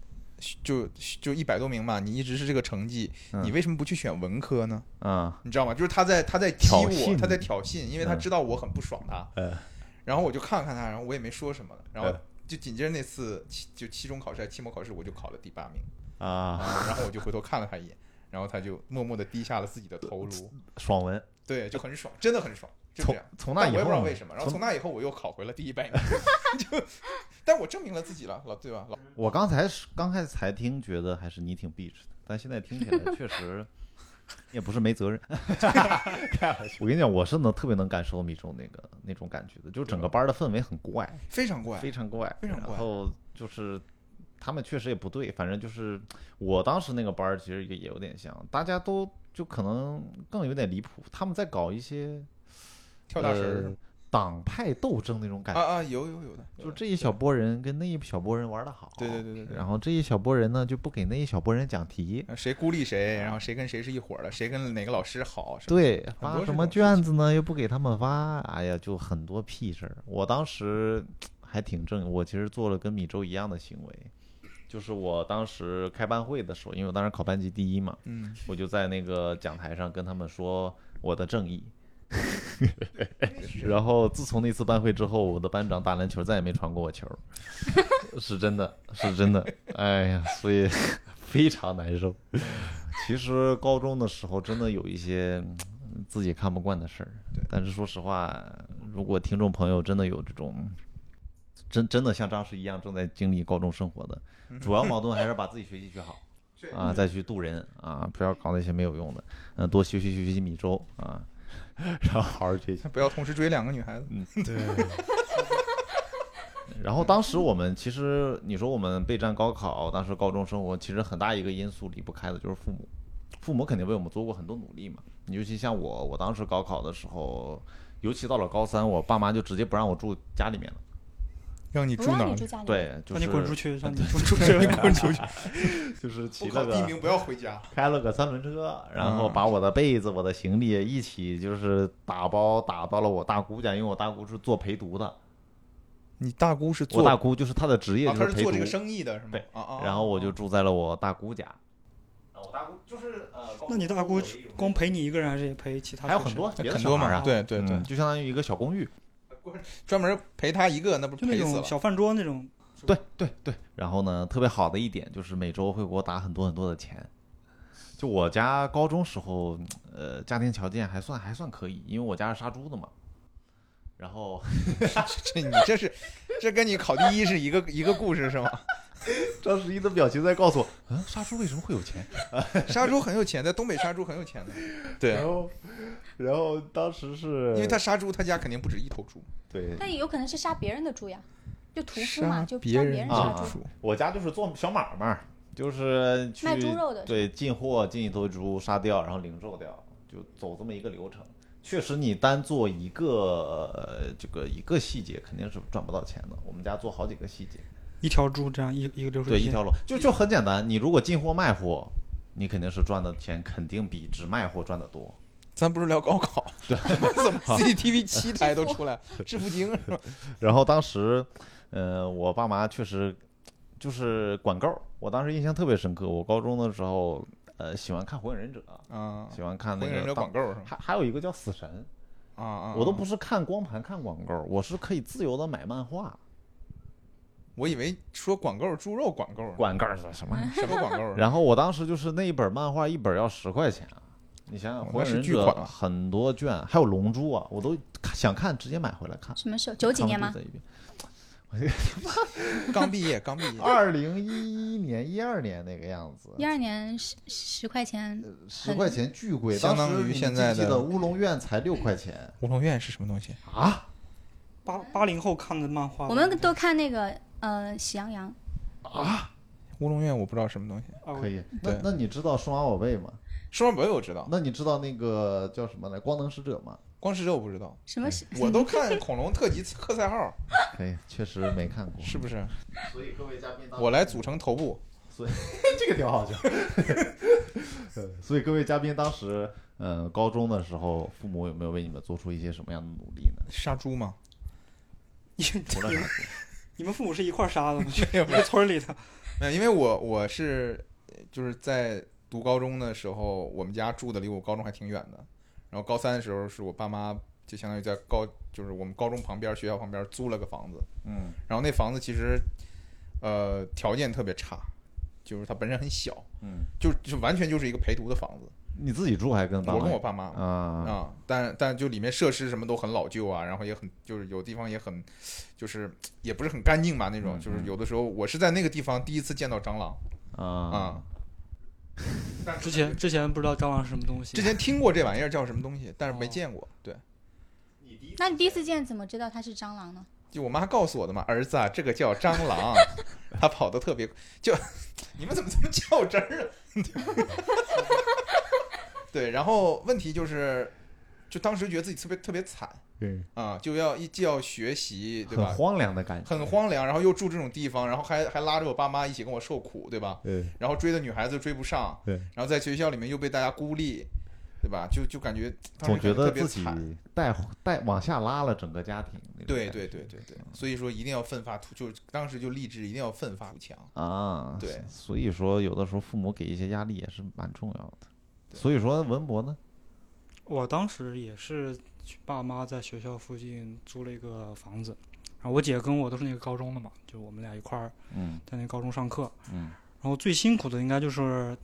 Speaker 3: 就就一百多名嘛，你一直是这个成绩，
Speaker 2: 嗯
Speaker 3: 你为什么不去选文科呢？
Speaker 2: 嗯
Speaker 3: 你知道吗？就是他在他在踢
Speaker 2: 挑衅
Speaker 3: 我，
Speaker 2: 你
Speaker 3: 他在挑衅，因为他
Speaker 2: 嗯
Speaker 3: 知道我很不爽他。
Speaker 2: 呃
Speaker 3: 然后我就看看他，然后我也没说什么，然后
Speaker 2: 嗯
Speaker 3: 就紧接着那次期就期中考试还是期末考试，我就考了第八名，
Speaker 2: 啊，
Speaker 3: 然后我就回头看了他一眼，然后他就默默地低下了自己的头颅，
Speaker 2: 爽文
Speaker 3: 对，就很爽，真的很爽，就这
Speaker 2: 从
Speaker 3: 样。
Speaker 2: 从那
Speaker 3: 但
Speaker 2: 以
Speaker 3: 我也
Speaker 2: 后
Speaker 3: 不知道为什么，然后从
Speaker 2: 从
Speaker 3: 那以后我又考回了第一百名， 就，但我证明了自己了，老对吧？老
Speaker 2: 我刚才是刚开始才听，觉得还是你挺 bitch 的，但现在听起来确 实你也不是没责任。我跟你讲，我是能特别能感受米粥那个那种感觉的，就整个班儿的氛围很怪，
Speaker 3: 非常怪，
Speaker 2: 非常怪，
Speaker 3: 嗯非常怪
Speaker 2: 然后就是他们确实也不对，反正就是我当时那个班儿其实也也有点像，大家都就可能更有点离谱，他们在搞一些
Speaker 3: 跳大神儿
Speaker 2: 呃党派斗争那种感觉。
Speaker 3: 啊啊，有有有的，
Speaker 2: 呃
Speaker 3: 有
Speaker 2: 就
Speaker 3: 的
Speaker 2: 这一小波人跟那一小波人玩的好，
Speaker 3: 对对对对对
Speaker 2: 然后这一小波人呢就不给那一小波人讲题，
Speaker 3: 啊谁孤立谁，然后谁跟谁是一伙儿的，谁跟哪个老师好，什么
Speaker 2: 对，
Speaker 3: 很
Speaker 2: 发
Speaker 3: 多
Speaker 2: 什
Speaker 3: 这
Speaker 2: 么
Speaker 3: 种事
Speaker 2: 卷子呢又不给他们发，哎呀，就很多屁事儿。我当时还挺正，我其实做了跟米粥一样的行为，就是我当时开班会的时候，因为我当时考班级第一嘛，
Speaker 3: 嗯，
Speaker 2: 我就在那个讲台上跟他们说我的正义。然后自从那次班会之后，我的班长打篮球再也没传过我球儿，是真的，是真的。哎呀，所以 非常难受。其实高中的时候真的有一些嗯自己看不惯的事儿，但是说实话，如果听众朋友真的有这种。真真的像张石一样正在经历高中生活的，主要矛盾还是把自己学习学好，啊，再去渡人啊，不要搞那些没有用的，嗯、多学习学习米粥啊， 然后好好学习。
Speaker 3: 不要同时追两个女孩子，
Speaker 2: 嗯
Speaker 4: 对，
Speaker 2: 然后当时我们其实你说我们备战高考，当时高中生活其实很大一个因素离不开的就是父母，父母肯定为我们做过很多努力嘛。尤其像我，我当时高考的时候，尤其到了高三，我爸妈就直接不让我住家里面了，
Speaker 3: 让你
Speaker 5: 不
Speaker 3: 住哪
Speaker 5: 让
Speaker 3: 儿
Speaker 5: 你？住家里，，
Speaker 2: 对，就
Speaker 4: 让你滚出
Speaker 2: 是
Speaker 4: 去，让你滚出去，滚出去。
Speaker 2: 就是
Speaker 3: 不
Speaker 2: 骑
Speaker 3: 考
Speaker 2: 了
Speaker 3: 第一
Speaker 2: 个
Speaker 3: 名不嗯要回 家，
Speaker 2: 开了个三轮车，然后把我的被子、我的行李一起就是打包打到了我大姑家，因为我大姑是做陪读的，
Speaker 3: 你大姑是
Speaker 2: 我
Speaker 3: 做
Speaker 2: 大姑就是她的职业
Speaker 3: 啊，
Speaker 2: 就
Speaker 3: 她
Speaker 2: 陪
Speaker 3: 做这个
Speaker 2: 读，
Speaker 3: 生意的是吗？
Speaker 2: 对
Speaker 3: 啊啊，
Speaker 2: 然后我就
Speaker 3: 啊
Speaker 2: 住在了我大姑家。啊我大姑就是呃，
Speaker 4: 那你大姑光陪你一个人，还是也陪其他？
Speaker 2: 还有很多，别的
Speaker 3: 很
Speaker 2: 小
Speaker 3: 多
Speaker 2: 孩儿
Speaker 3: 嘛，
Speaker 2: 啊，
Speaker 3: 对对对
Speaker 2: 嗯，就相当于一个小公寓。
Speaker 3: 专门陪她一个，那不是
Speaker 4: 就那
Speaker 3: 陪死
Speaker 4: 种
Speaker 3: 了？
Speaker 4: 小饭桌那种。
Speaker 2: 对对对，然后呢，特别好的一点就是每周会给我打很多很多的钱。就我家高中时候，呃，家庭条件还算还算可以，因为我家是杀猪的嘛。然后
Speaker 3: 这 你这是这跟你考第一是一个一个故事是吗？
Speaker 2: 张十一的表情在告诉我，嗯，杀猪为什么会有钱？
Speaker 3: 杀猪很有钱，在东北杀猪很有钱的，对，
Speaker 2: 然后，然后当时是
Speaker 3: 因为他杀猪，他家肯定不止一头猪，
Speaker 2: 对
Speaker 5: 但也有可能是杀别人的猪呀，就屠夫
Speaker 3: 杀啊
Speaker 5: 嘛，就让别人
Speaker 2: 的
Speaker 5: 杀
Speaker 2: 猪
Speaker 5: 猪，
Speaker 3: 猪，
Speaker 2: 我家就是做小买卖，就是去
Speaker 5: 卖猪肉的
Speaker 2: 对，进货进一头猪杀掉，然后零售掉，就走这么一个流程。确实，你单做一个、呃、这个一个细节肯定是赚不到钱的。我们家做好几个细节，
Speaker 4: 一条猪这样一一个流水
Speaker 2: 对，
Speaker 4: 线，
Speaker 2: 一条龙就就很简单。你如果进货卖货，你肯定是赚的钱肯定比只卖货赚的多。
Speaker 3: 咱不是聊高 考，啊
Speaker 2: 对，
Speaker 3: 怎么 CCTV 七台都出来了，致富 经是吧？
Speaker 2: 然后当时，呃，我爸妈确实就是管够儿。我当时印象特别深刻，我高中的时候，呃，喜欢看《火影忍者》，
Speaker 3: 啊，
Speaker 2: 喜欢看
Speaker 3: 火
Speaker 2: 那
Speaker 3: 影忍
Speaker 2: 个
Speaker 3: 者
Speaker 2: 当
Speaker 3: 广告是吗？
Speaker 2: 还还有一个叫死神，
Speaker 3: 啊啊，
Speaker 2: 我都
Speaker 3: 啊
Speaker 2: 不，是看光盘看广告，我是可以自由的买漫画。
Speaker 3: 啊我以为说广告猪肉广告呢，
Speaker 2: 广告是什么？
Speaker 3: 什么广告 啊？
Speaker 2: 然后我当时就是那一本漫画一本要十块钱啊，你想想
Speaker 3: 哦
Speaker 2: 《火影
Speaker 3: 那是
Speaker 2: 忍
Speaker 3: 巨
Speaker 2: 者
Speaker 3: 款》了
Speaker 2: 很多卷，还有《龙珠》啊，我都看想看直接买回来看。
Speaker 5: 什么时候？九几
Speaker 2: 看
Speaker 5: 年
Speaker 2: 完
Speaker 5: 吗
Speaker 2: 肚？子一遍？
Speaker 3: 刚毕业，刚毕业，
Speaker 2: 二零一一年、一二年那个样子，
Speaker 5: 一二年十十块钱，
Speaker 2: 十块钱巨贵，
Speaker 3: 相
Speaker 2: 当时
Speaker 3: 当于
Speaker 2: 你
Speaker 3: 现
Speaker 2: 记
Speaker 3: 在
Speaker 2: 不记
Speaker 3: 的
Speaker 2: 得乌龙院才六块钱
Speaker 3: 乌龙院是什么东西？
Speaker 2: 啊！
Speaker 4: 八八零后看的漫画。
Speaker 5: 我们都看那个呃《喜羊羊
Speaker 3: 乌龙院我不知道什么东西。
Speaker 4: 啊我
Speaker 2: 可以，那
Speaker 3: 对啊
Speaker 2: 那你知道数码宝贝吗？
Speaker 3: 数码宝贝我知道，
Speaker 2: 那你知道那个叫什么来？光能使者吗？
Speaker 3: 光是这我不知道，》，
Speaker 5: 什么是？
Speaker 3: 我都看恐龙特级克赛号，
Speaker 2: 可以，确实没看过。
Speaker 3: 是不是？
Speaker 2: 所以各位嘉宾，
Speaker 3: 我来组成头部，
Speaker 2: 这个挺好笑。 呃所以各位嘉宾，当时嗯、呃高中的时候，父母有没有为你们做出一些什么样的努力呢？
Speaker 3: 杀猪吗？
Speaker 4: 你
Speaker 2: 除 了
Speaker 4: 你们父母是一块儿杀的吗？
Speaker 3: 没有
Speaker 4: 一个村儿里的。
Speaker 3: 没有，因为我我是呃就是在读高中的时候，我们家住的离我高中还挺远的。然后高三的时候，是我爸妈就相当于在高，就是我们高中旁边学校旁边租了个房子。
Speaker 2: 嗯，
Speaker 3: 然后那房子其实，呃，条件特别差，就是它本身很小，
Speaker 2: 嗯
Speaker 3: 就就完全就是一个陪读的房子。
Speaker 2: 你自己住还跟爸
Speaker 3: 我
Speaker 2: 妈
Speaker 3: 跟我爸妈
Speaker 2: 啊啊
Speaker 3: 啊、但但就里面设施什么都很老旧啊，然后也很就是有地方也很，就是也不是很干净嘛那种，
Speaker 2: 嗯
Speaker 3: 就是有的时候我是在那个地方第一次见到蟑螂啊
Speaker 2: 啊！、
Speaker 3: 但是
Speaker 4: 之前之前不知道蟑螂是什么东西，
Speaker 3: 之前听过这玩意儿叫什么东西，但是没
Speaker 4: 哦
Speaker 3: 见过。对，
Speaker 5: 那你第一次见怎么知道它是蟑螂呢？
Speaker 3: 就我妈告诉我的嘛，儿子啊，这个叫蟑螂， 它跑得特别，就你们怎么这么较真儿啊？ 对，然后问题就是，就当时觉得自己特别特别惨
Speaker 2: 对，
Speaker 3: 啊、就要一既要学习，对
Speaker 2: 很
Speaker 3: 吧？
Speaker 2: 荒凉的感觉，
Speaker 3: 很荒凉，然后又住这种地方，然后还还拉着我爸妈一起跟我受苦，对吧？
Speaker 2: 对
Speaker 3: 然后追的女孩子又追不上，
Speaker 2: 对，
Speaker 3: 然后在学校里面又被大家孤立，对吧？就就感觉当
Speaker 2: 总
Speaker 3: 时
Speaker 2: 觉
Speaker 3: 感特
Speaker 2: 得
Speaker 3: 别
Speaker 2: 自己
Speaker 3: 惨
Speaker 2: 带带往下拉了整个家庭那种感觉，
Speaker 3: 对对对对对，所以说一定要奋发图，就是当时就立志一定要奋发图强。
Speaker 2: 啊，
Speaker 3: 对
Speaker 2: 所以说有的时候父母给一些压力也是蛮重要的。所以说文博呢，
Speaker 4: 我当时也是去爸妈在学校附近租了一个房子，然后我姐跟我都是那个高中的嘛，就我们俩一块儿
Speaker 2: 嗯
Speaker 4: 在那高中上课。
Speaker 2: 嗯，
Speaker 4: 然后最辛苦的应该就是，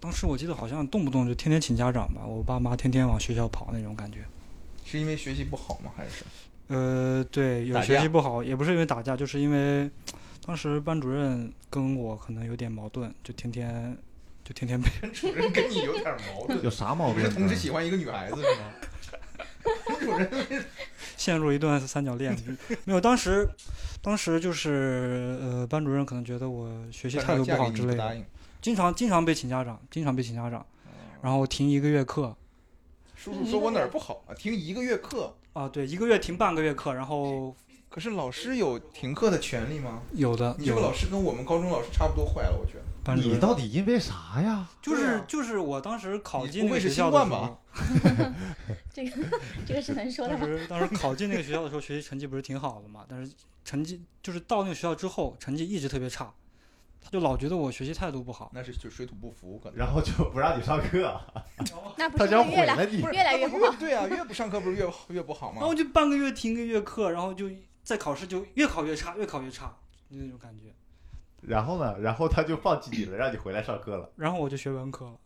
Speaker 4: 当时我记得好像动不动就天天请家长吧，我爸妈天天往学校跑那种感觉。
Speaker 3: 是因为学习不好吗？还是
Speaker 4: 呃，对，有
Speaker 3: 打
Speaker 4: 学
Speaker 3: 架
Speaker 4: 习不好，也不是因为打架，就是因为当时班主任跟我可能有点矛盾，就天天就天天被
Speaker 3: 主任 跟你有点矛盾？
Speaker 2: 有啥
Speaker 3: 你
Speaker 2: 毛
Speaker 3: 不
Speaker 2: 病
Speaker 3: 是
Speaker 2: 呢？
Speaker 3: 同时喜欢一个女孩子是 吗？主任
Speaker 4: 陷入一段三 角恋。没有，当时当时就是呃，班主任可能觉得我学习态度不
Speaker 3: 嫁
Speaker 4: 好
Speaker 3: 给
Speaker 4: 之
Speaker 3: 你
Speaker 4: 类
Speaker 3: 不答
Speaker 4: 的，
Speaker 3: 应，嗯
Speaker 4: 经常经常被请家长，经常被请家长，然后停一个月课
Speaker 3: 叔叔说我哪儿不好啊？听一个月课，
Speaker 4: 啊，对，一个月停半个月课，然后
Speaker 3: 可是老师有停课的权利吗？
Speaker 4: 有的
Speaker 3: 你这
Speaker 4: 有
Speaker 3: 个老
Speaker 4: 的
Speaker 3: 师跟我们高中老师差不多坏了，我觉得。
Speaker 4: 班主
Speaker 2: 你
Speaker 4: 任
Speaker 2: 到底因为啥呀？
Speaker 4: 就是、
Speaker 3: 对啊
Speaker 4: 就是我当时考
Speaker 3: 你
Speaker 4: 进
Speaker 3: 不
Speaker 4: 那
Speaker 3: 会
Speaker 4: 个
Speaker 3: 是
Speaker 4: 学
Speaker 3: 新
Speaker 4: 校的
Speaker 3: 冠
Speaker 4: 时
Speaker 3: 吧
Speaker 4: 候，
Speaker 5: 这个 这个是能说的
Speaker 4: 当
Speaker 5: 吗？
Speaker 4: 时当时考进那个学校的时候，学习成绩不是挺好的嘛，但是成绩就是到那个学校之后，成绩一直特别差，他就老觉得我学习态度不好。
Speaker 3: 那是就水土不服，可 能。
Speaker 2: 然后就不让你上课，
Speaker 5: 那不
Speaker 2: 他
Speaker 5: 是
Speaker 2: 想
Speaker 5: 会
Speaker 2: 毁
Speaker 5: 越来
Speaker 2: 了你
Speaker 3: 不。是
Speaker 5: 越来 越不好。
Speaker 3: 对啊，越不上课不是越越不好
Speaker 4: 然后
Speaker 3: 吗？
Speaker 4: 就半个月停一个月课，然后就在考试就越考越差，越考越差就那种感觉。
Speaker 2: 然后呢？然后他就放弃你了，让你回来上课了。
Speaker 4: 然后我就学文科了。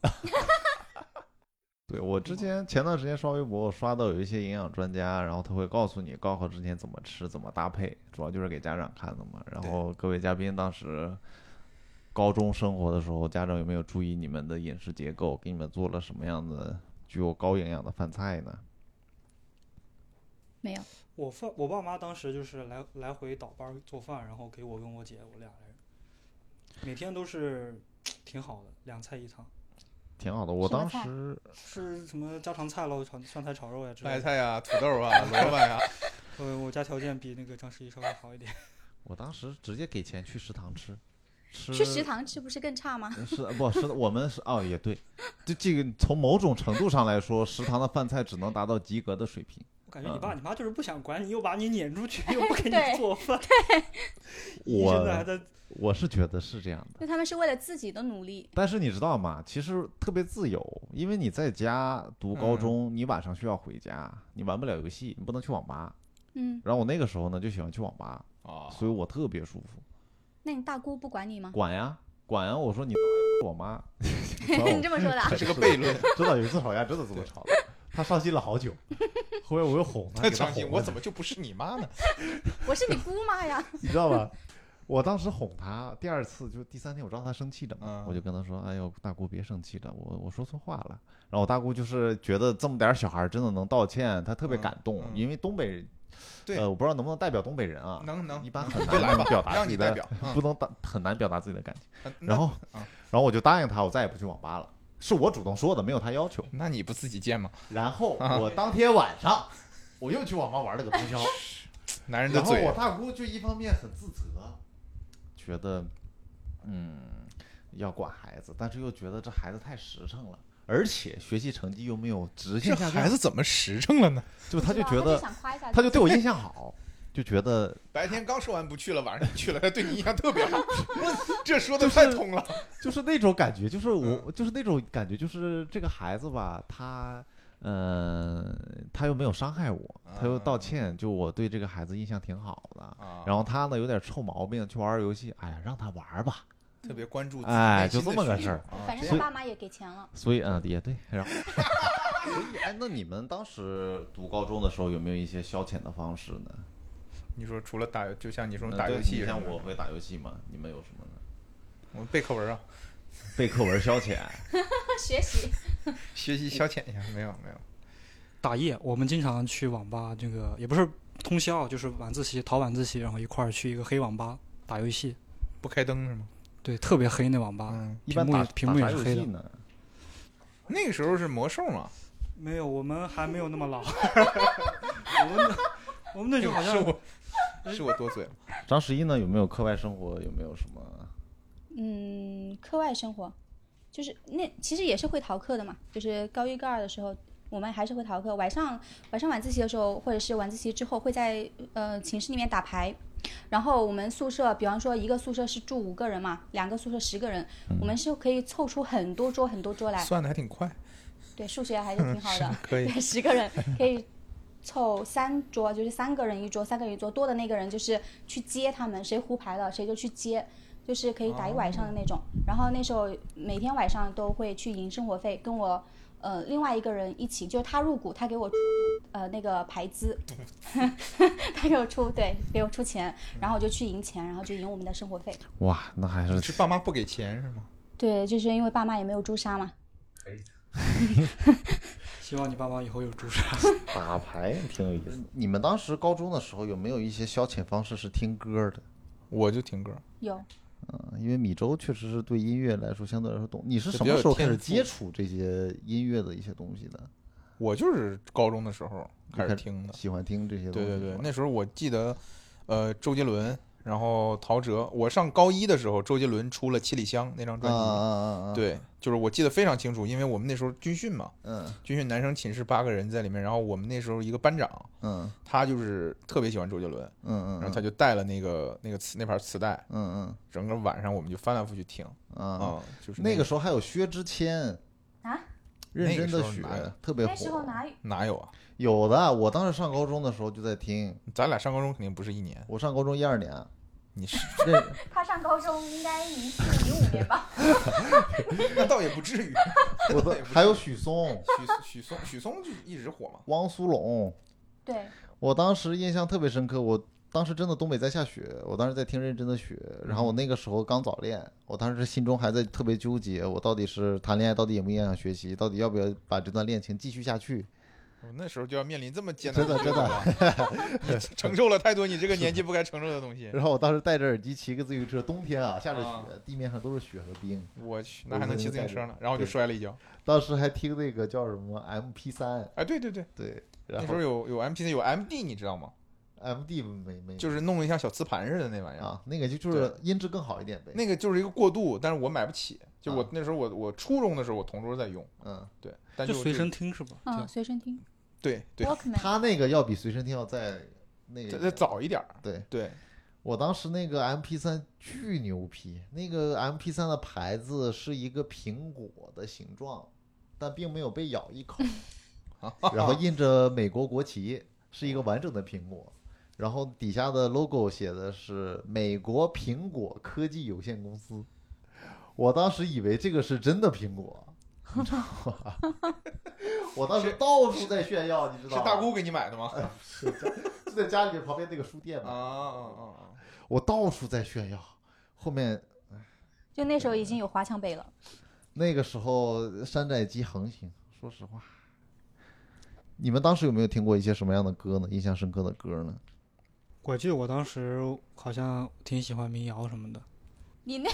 Speaker 2: 对我之前前段时间刷微博，我刷到有一些营养专家，然后他会告诉你高考之前怎么吃、怎么搭配，主要就是给家长看的嘛。然
Speaker 3: 对
Speaker 2: 后各位嘉宾当时高中生活的时候，家长有没有注意你们的饮食结构，给你们做了什么样的具有高营养的饭菜呢？
Speaker 5: 没有，
Speaker 4: 我父我爸妈当时就是来来回倒班儿做饭，然后给我跟我姐我俩人，每天都是挺好的，两菜一汤，
Speaker 2: 挺好的，我
Speaker 5: 什么
Speaker 2: 当
Speaker 5: 菜
Speaker 2: 时
Speaker 4: 吃什么家常菜喽，炒酸菜炒肉呀之
Speaker 3: 白
Speaker 4: 类的。
Speaker 3: 菜呀、土豆啊、萝 卜呀，
Speaker 4: 呃，我家条件比那个张十一稍微好一点。
Speaker 2: 我当时直接给钱去食堂吃，吃
Speaker 5: 去食堂吃不是更差吗？
Speaker 2: 是的不是的我们是哦也对，就这个从某种程度上来说，食堂的饭菜只能达到及格的水 平。
Speaker 4: 我感觉你爸你妈就是不想管你，又把你撵出去，又不给
Speaker 5: 对
Speaker 4: 你做饭。你
Speaker 2: 我
Speaker 4: 现在还在
Speaker 2: 我是觉得是这样的，
Speaker 5: 就他们是为了自己的努力。
Speaker 2: 但是你知道吗？其实特别自由，因为你在家读
Speaker 3: 嗯
Speaker 2: 高中，你晚上需要回家，你玩不了游戏，你不能去网吧。
Speaker 5: 嗯，
Speaker 2: 然后我那个时候呢，就喜欢去网吧，
Speaker 3: 啊
Speaker 2: 所以我特别舒
Speaker 3: 嗯
Speaker 2: 服。
Speaker 5: 那你大姑不管你吗？
Speaker 2: 管呀管呀，我 说你我妈，
Speaker 5: 你这么说的啊
Speaker 3: 这是个悖论。
Speaker 2: 知道有一次吵架真的这么吵的，她伤心了好久。后来我又哄她，给
Speaker 3: 他
Speaker 2: 她
Speaker 3: 伤心，
Speaker 2: 哄
Speaker 3: 我
Speaker 2: 了
Speaker 3: 怎么就不是你妈呢？
Speaker 5: 我是你姑妈呀。
Speaker 2: 你知道吧？我当时哄她，第二次就第三天，我知道她生气了嘛，
Speaker 3: 嗯
Speaker 2: 我就跟她说：“哎呦，大姑别生气了，我我说错话了。”然后我大姑就是觉得这么点儿小孩儿真的能道歉，她特别
Speaker 3: 嗯
Speaker 2: 感动，
Speaker 3: 嗯
Speaker 2: 因为东北人，
Speaker 3: 对
Speaker 2: 呃，我不知道能不能代表东北人啊，
Speaker 3: 能能，
Speaker 2: 一般
Speaker 3: 能
Speaker 2: 很
Speaker 3: 就
Speaker 2: 难
Speaker 3: 来吧
Speaker 2: 能表，达
Speaker 3: 让
Speaker 2: 自己
Speaker 3: 你代
Speaker 2: 的
Speaker 3: 表。嗯
Speaker 2: 不能大很难表达自己的感情。
Speaker 3: 那
Speaker 2: 然后，
Speaker 3: 嗯
Speaker 2: 然后我就答应她，我再也不去网吧了。是我主动说的，没有她要求。
Speaker 3: 那你不自己见吗？
Speaker 2: 然 后我当天晚上，我又去网吧玩了个通宵。
Speaker 3: 男人的
Speaker 2: 然后
Speaker 3: 嘴啊
Speaker 2: 我大姑就一方面很自责，觉得嗯要管孩子，但是又觉得这孩子太实诚了，而且学习成绩又没有直
Speaker 3: 这
Speaker 2: 线下降，
Speaker 3: 孩子怎么实诚了呢？
Speaker 2: 就他就觉
Speaker 5: 不知道
Speaker 2: 得
Speaker 5: 想夸一下
Speaker 2: 他就对我印 象好，就觉得
Speaker 3: 白天刚说完不去了，晚上去了，他对你印象特别 好，这说的太通了。
Speaker 2: 就是那种感觉，就是
Speaker 3: 嗯
Speaker 2: 我就是那种感觉，就是这个孩子吧，他。嗯，他又没有伤害我，他又道歉，就我对这个孩子印象挺好的。
Speaker 3: 啊
Speaker 2: 然后他呢有点臭毛病，去玩儿游戏，哎呀，让他玩儿吧，
Speaker 3: 特别关注自己
Speaker 2: 哎
Speaker 3: 内心
Speaker 2: 就这
Speaker 3: 的
Speaker 2: 么个
Speaker 3: 需
Speaker 2: 事儿
Speaker 3: 求啊
Speaker 5: 反正
Speaker 2: 所
Speaker 5: 他
Speaker 2: 以
Speaker 5: 爸妈也给钱了，
Speaker 2: 所以啊，也对，然后，所以 哎，那你们当时读高中的时候有没有一些消遣的方式呢？
Speaker 3: 你说除了打，就像你说
Speaker 2: 嗯
Speaker 3: 打
Speaker 2: 对
Speaker 3: 游戏
Speaker 2: 你
Speaker 3: 什么
Speaker 2: 像
Speaker 3: 的，
Speaker 2: 我会打游戏嘛，你们有什么呢？
Speaker 3: 我们背课文啊，
Speaker 2: 背课文消遣，
Speaker 5: 学习。
Speaker 3: 学习消遣一下，没有没有。
Speaker 4: 打夜，我们经常去网吧，这个也不是通宵，啊就是晚自习逃晚自习，然后一块儿去一个黑网吧打游戏，
Speaker 3: 不开灯是吗？
Speaker 4: 对，特别黑那网吧。
Speaker 3: 嗯，
Speaker 2: 一般
Speaker 4: 屏幕
Speaker 2: 打
Speaker 4: 也屏幕
Speaker 2: 打啥
Speaker 4: 也是
Speaker 2: 游
Speaker 4: 黑
Speaker 2: 戏
Speaker 4: 的
Speaker 2: 呢？
Speaker 3: 那个时候是魔兽嘛，
Speaker 4: 没有，我们还没有那么老。 我们那我们那时候好像
Speaker 3: 是我 是我多嘴了。
Speaker 2: 张十一呢，有没有课外生活？有没有什么？
Speaker 5: 嗯，课外生活，就是那其实也是会逃课的嘛，就是高一高二的时候，我们还是会逃课。晚上晚上晚自习的时候，或者是晚自习之后，会在呃寝室里面打牌。然后我们宿舍，比方说一个宿舍是住五个人嘛，两个宿舍十个人，我们是可以凑出很多桌很多桌来。
Speaker 3: 算的还挺快，，
Speaker 5: 对，数学还是挺好的
Speaker 3: 可以
Speaker 5: 对，十个人可以凑三桌，就是三个人一桌，三个人一桌，多的那个人就是去接他们，谁胡牌了谁就去接，就是可以打一晚上的那种。然后那时候每天晚上都会去赢生活费，跟我呃另外一个人一起，就是他入股，他给我出呃那个牌资，他给我出对，给我出钱，然后我就去赢钱，然后就赢我们的生活费。
Speaker 2: 哇，那还
Speaker 3: 是爸妈不给钱是吗？
Speaker 5: 对，就是因为爸妈也没有朱砂嘛，
Speaker 4: 希望你爸妈以后有朱砂。
Speaker 2: 打牌挺有意思。你们当时高中的时候有没有一些消遣方式是听歌的？
Speaker 3: 我就听歌，
Speaker 5: 有
Speaker 2: 嗯，因为米周确实是对音乐来说相对来说懂。你是
Speaker 3: 就
Speaker 2: 什
Speaker 3: 比较
Speaker 2: 么
Speaker 3: 有
Speaker 2: 时候开
Speaker 3: 天
Speaker 2: 始
Speaker 3: 赋嗯
Speaker 2: 接触这些音乐的一些东西的？
Speaker 3: 我就是高中的时候开始听的。
Speaker 2: 喜欢听这些东
Speaker 3: 对
Speaker 2: 西
Speaker 3: 对
Speaker 2: 是吧。
Speaker 3: 对，那时候我记得，呃，周杰伦，然后陶喆。我上高一的时候，周杰伦出了《七里香》那张专
Speaker 2: 啊
Speaker 3: 辑。
Speaker 2: 啊啊啊！，
Speaker 3: 对，就是我记得非常清楚，因为我们那时候军训嘛，
Speaker 2: 嗯
Speaker 3: 军训男生寝室八个人在里面，然后我们那时候一个班长，
Speaker 2: 嗯
Speaker 3: 他就是特别喜欢周杰伦，
Speaker 2: 嗯嗯，
Speaker 3: 然后他就带了那个那个磁那盘磁带，
Speaker 2: 嗯
Speaker 3: 整个晚上我们就翻来覆去听
Speaker 2: 嗯啊，
Speaker 3: 啊，就是
Speaker 2: 那
Speaker 3: 个
Speaker 2: 个时候还有薛之谦，
Speaker 5: 啊，
Speaker 2: 认真的
Speaker 3: 那个时
Speaker 2: 雪
Speaker 3: 候哪有
Speaker 2: 特别
Speaker 5: 那时候
Speaker 2: 火。
Speaker 5: 哪有？
Speaker 3: 哪有啊？
Speaker 2: 有的，我当时上高中的时候就在听，
Speaker 3: 咱俩上高中肯定不是一年，
Speaker 2: 我上高中一 二年，
Speaker 3: 你是
Speaker 2: 认
Speaker 5: 他上高中应该零四零五年吧？
Speaker 3: 那倒也不至于。
Speaker 2: 我的还有许嵩、
Speaker 3: 许许嵩许嵩就一直火嘛，
Speaker 2: 汪苏泷，
Speaker 5: 对，
Speaker 2: 我当时印象特别深刻，我当时真的东北在下雪，我当时在听《认真的雪》，然后
Speaker 3: 嗯
Speaker 2: 我那个时候刚早恋，我当时心中还在特别纠结，我到底是谈恋爱到底影不影响学习，到底要不要把这段恋情继续下去？
Speaker 3: 我那时候就要面临这么艰难
Speaker 2: 真的真的。
Speaker 3: 的，承受了太多你这个年纪不该承受的东西。
Speaker 2: 然后我当时戴着耳机骑个自行车，冬天啊下着
Speaker 3: 啊
Speaker 2: 雪，地面上都是雪和冰，
Speaker 3: 我去，那还能骑自行车呢？然后就摔了一跤。
Speaker 2: 当时还听那个叫什么 MP 三，
Speaker 3: 哎，对对对，
Speaker 2: 对，
Speaker 3: 那
Speaker 2: 然
Speaker 3: 时
Speaker 2: 后
Speaker 3: 候有有 MP 3有 MD，你知道吗？
Speaker 2: MD 没没
Speaker 3: 就是弄得像小磁盘似的那玩意儿。
Speaker 2: 啊，那个就就是音质更好一点呗，
Speaker 3: 那个就是一个过渡，但是我买不起。就我
Speaker 2: 啊
Speaker 3: 那时候我我初中的时候，我同桌在用，
Speaker 2: 嗯，
Speaker 3: 对，但
Speaker 4: 就
Speaker 3: 就
Speaker 4: 随身听是吧？
Speaker 5: 嗯，随身听
Speaker 3: 对对，
Speaker 5: Walkman，
Speaker 2: 他那个要比随身听要在那个
Speaker 3: 再再早一点儿，
Speaker 2: 对。
Speaker 3: 对，，
Speaker 2: 我当时那个 MP 三巨牛批，那个 MP 三的牌子是一个苹果的形状，但并没有被咬一口然后印着美国国旗，是一个完整的苹果，然后底下的 logo 写的是美国苹果科技有限公司。我当时以为这个是真的苹果，你知道吗？ 我当时到处在炫耀，你知
Speaker 3: 是
Speaker 2: 道吗？
Speaker 3: 大姑给你买的吗？
Speaker 2: 嗯
Speaker 3: 啊
Speaker 2: 就在家里面旁边那个书店
Speaker 3: 啊
Speaker 2: 嘛，
Speaker 3: 啊啊！啊
Speaker 2: 我到处在炫耀，后面。
Speaker 5: 就那时候已经有华强北了。
Speaker 2: 那个时候山寨机横行，说实话，你们当时有没有听过一些什么样的歌呢？印象深刻的歌呢？
Speaker 4: 我记得我当时好像挺喜欢民谣什么的，
Speaker 5: 你那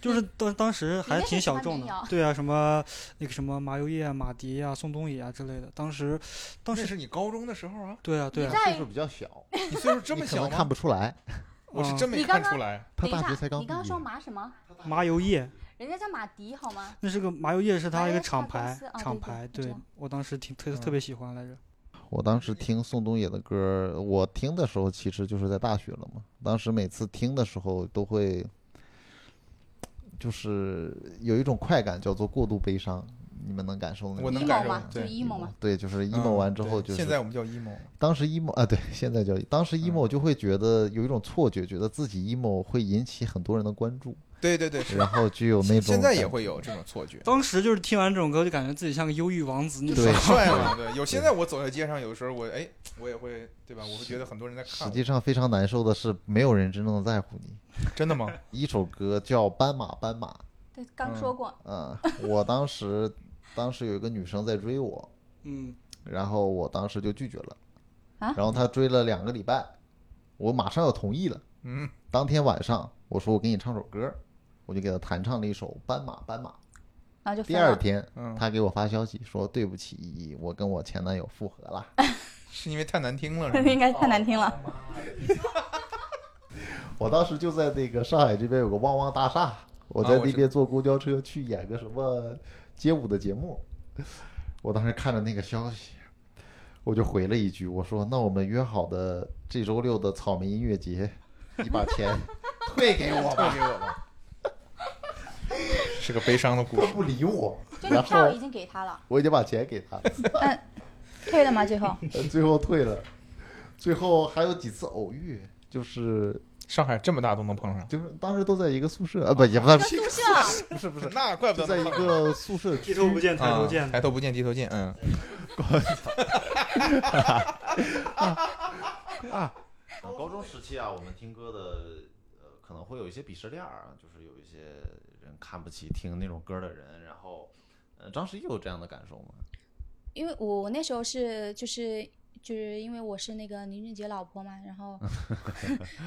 Speaker 4: 就是当当时还挺小众
Speaker 5: 你那是喜欢民谣
Speaker 4: 的。对啊，什么那个什么麻油叶啊、马迪啊、宋冬野啊之类的。当时，当
Speaker 3: 那
Speaker 4: 时
Speaker 3: 是你高中的时候啊，
Speaker 4: 对啊对
Speaker 5: 你
Speaker 4: 啊
Speaker 5: 在，
Speaker 2: 岁数比较小，
Speaker 3: 你岁数这么
Speaker 2: 你可
Speaker 3: 小
Speaker 2: 能看
Speaker 3: 吗？
Speaker 2: 不出来。
Speaker 3: 我是真没
Speaker 5: 你刚
Speaker 3: 看
Speaker 5: 刚
Speaker 3: 出来，
Speaker 2: 他
Speaker 5: 等
Speaker 2: 大
Speaker 5: 一下
Speaker 2: 学才，刚
Speaker 5: 你
Speaker 2: 毕
Speaker 5: 刚刚说
Speaker 2: 业，
Speaker 5: 麻什么？
Speaker 4: 麻油叶，
Speaker 5: 人家叫马迪好吗？
Speaker 4: 那是个麻油叶是他一个厂
Speaker 5: 麻油
Speaker 4: 牌
Speaker 5: 是他公司哦
Speaker 4: 厂牌。
Speaker 5: 对对我知
Speaker 4: 对
Speaker 5: 道
Speaker 4: 我当时挺特
Speaker 3: 嗯
Speaker 4: 特别喜欢来着。
Speaker 2: 我当时听宋冬野的歌，我听的时候其实就是在大学了嘛。当时每次听的时候都会，就是有一种快感，叫做过度悲伤。你们能感受那
Speaker 3: 我
Speaker 2: 种
Speaker 3: 能
Speaker 5: emo
Speaker 3: 感受
Speaker 5: 嘛，就
Speaker 3: 对
Speaker 5: emo 嘛，
Speaker 2: 对，就是
Speaker 3: 嗯
Speaker 2: emo 完之后
Speaker 3: 对
Speaker 2: 就是
Speaker 3: 现在我们叫 emo，
Speaker 2: 当时 emo 啊，对，现在叫当时
Speaker 3: 嗯
Speaker 2: emo 就会觉得有一种错觉，觉得自己 emo 会引起很多人的关注，
Speaker 3: 对对对，是
Speaker 2: 然后具有那种
Speaker 3: 现在也
Speaker 2: 感
Speaker 3: 会有这种错觉，
Speaker 4: 当时就是听完这种歌，就感觉自己像个忧郁王子那 种
Speaker 2: 对。
Speaker 3: 帅嘛，对。有现在我走在街上，有时候我哎，我也会对吧？我会觉得很多人在看
Speaker 2: 实
Speaker 3: 我，
Speaker 2: 际上非常难受的是，没有人真正的在乎你。
Speaker 3: 真的吗？
Speaker 2: 一首歌叫《斑马斑马》，
Speaker 5: 对，刚说过，
Speaker 2: 嗯，我当时当时有一个女生在追我，
Speaker 4: 嗯，
Speaker 2: 然后我当时就拒绝了，
Speaker 5: 啊
Speaker 2: 然后她追了两个礼拜，我马上要同意了。
Speaker 3: 嗯，
Speaker 2: 当天晚上我说我给你唱首歌，我就给她弹唱了一首《斑马斑马》。
Speaker 5: 然 啊后就
Speaker 2: 第
Speaker 5: 分
Speaker 2: 二
Speaker 5: 了。
Speaker 2: 天
Speaker 3: 嗯，
Speaker 2: 她给我发消息说对不起，依依，我跟我前男友复合了。
Speaker 3: 是因为太难听了，是吗？
Speaker 5: 应该太难听了，
Speaker 2: 我当时就在那个上海这边有个旺旺大厦，我
Speaker 3: 啊
Speaker 2: 在
Speaker 3: 我
Speaker 2: 那
Speaker 3: 知
Speaker 2: 边坐公交车去演个什么街舞的节目。我当时看着那个消息，我就回了一句，我说：“那我们约好的这周六的草莓音乐节，你把 钱退给我吧。
Speaker 3: 给我吧。 是个悲伤的”故
Speaker 2: 他
Speaker 3: 事，
Speaker 2: 不理我，
Speaker 5: 就你
Speaker 2: 然
Speaker 5: 票
Speaker 2: 后
Speaker 5: 已经给他了，
Speaker 2: 我已经把钱给他了，
Speaker 5: 退了吗？最后
Speaker 2: 最后退了。最后还有几次偶遇，就是
Speaker 3: 上海这么大都能碰上，
Speaker 2: 就是当时都在一个宿舍，啊，不也不是
Speaker 5: 哦宿舍
Speaker 3: 不是不是，那怪不
Speaker 2: 就
Speaker 3: 得
Speaker 2: 在
Speaker 3: 能
Speaker 2: 一
Speaker 3: 碰上
Speaker 2: 个宿舍
Speaker 4: 低
Speaker 2: 区
Speaker 4: 头不见抬头
Speaker 3: 啊
Speaker 4: 见，
Speaker 3: 抬头不见低头见，嗯，
Speaker 2: 啊， 高中时期啊，我们听歌的呃可能会有一些鄙视链儿啊，就是有一些人看不起听那种歌的人，然后呃，张十一有这样的感受吗？
Speaker 5: 因为我那时候是就是就是因为我是那个林俊杰老婆嘛，然 后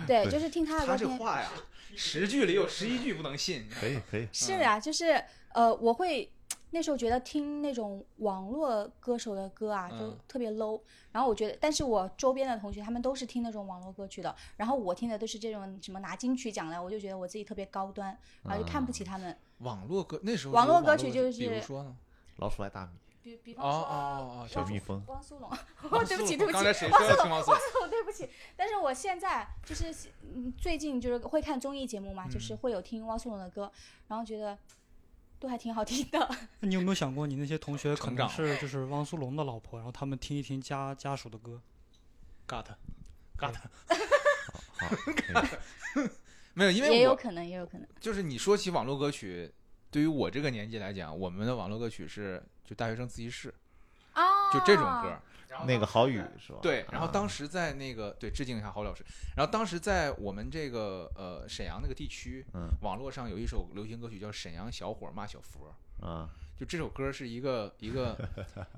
Speaker 5: 对，
Speaker 2: 对
Speaker 5: 就是听他的歌听，
Speaker 3: 话呀，十句里有十一句不能信，
Speaker 2: 可以可以，
Speaker 5: 是
Speaker 3: 嗯
Speaker 5: 啊，就是呃，我会那时候觉得听那种网络歌手的歌啊，就
Speaker 3: 嗯
Speaker 5: 特别 low。然后我觉得，但是我周边的同学他们都是听那种网络歌曲的，然后我听的都是这种什么拿金曲奖的，我就觉得我自己特别高端，然后就看不
Speaker 3: 嗯
Speaker 5: 起他们。
Speaker 3: 网络歌那时候
Speaker 5: 网
Speaker 3: 有
Speaker 5: 络歌曲就是
Speaker 3: 比如说呢，
Speaker 2: 老鼠爱大米，
Speaker 5: 比比
Speaker 3: 哦
Speaker 5: 方说。啊
Speaker 3: 哦哦，
Speaker 2: 小
Speaker 3: 蜜
Speaker 2: 蜜蜂，
Speaker 5: 汪苏泷，哦， 对不起，对不起，
Speaker 3: 刚才谁说要听王苏泷？
Speaker 5: 哦， 对不起，但是我现在就是嗯，最近就是会看综艺节目嘛，
Speaker 3: 嗯
Speaker 5: 就是会有听汪苏泷的歌，然后觉得都还挺好听的。
Speaker 4: 那你有没有想过，你那些同学可
Speaker 3: 成
Speaker 4: 能
Speaker 3: 长
Speaker 4: 是就是汪苏泷的老婆，然后他们听一听家家属的歌，
Speaker 3: got got，
Speaker 2: 好， 可以
Speaker 3: 没有，因
Speaker 5: 也
Speaker 3: 为
Speaker 5: 有
Speaker 3: 我
Speaker 5: 可能，也有可能。
Speaker 3: 就是你说起网络歌曲，对于我这个年纪来讲，我们的网络歌曲是就大学生自习室，
Speaker 5: 啊，
Speaker 3: 就这种歌。
Speaker 2: 那个郝宇是吧？
Speaker 3: 对，然后
Speaker 2: 啊
Speaker 3: 当时在那个对，致敬一下郝老师。然后当时在我们这个呃沈阳那个地区，
Speaker 2: 嗯
Speaker 3: 网络上有一首流行歌曲叫《沈阳小伙骂小佛》，
Speaker 2: 啊，
Speaker 3: 就这首歌是一个一 个，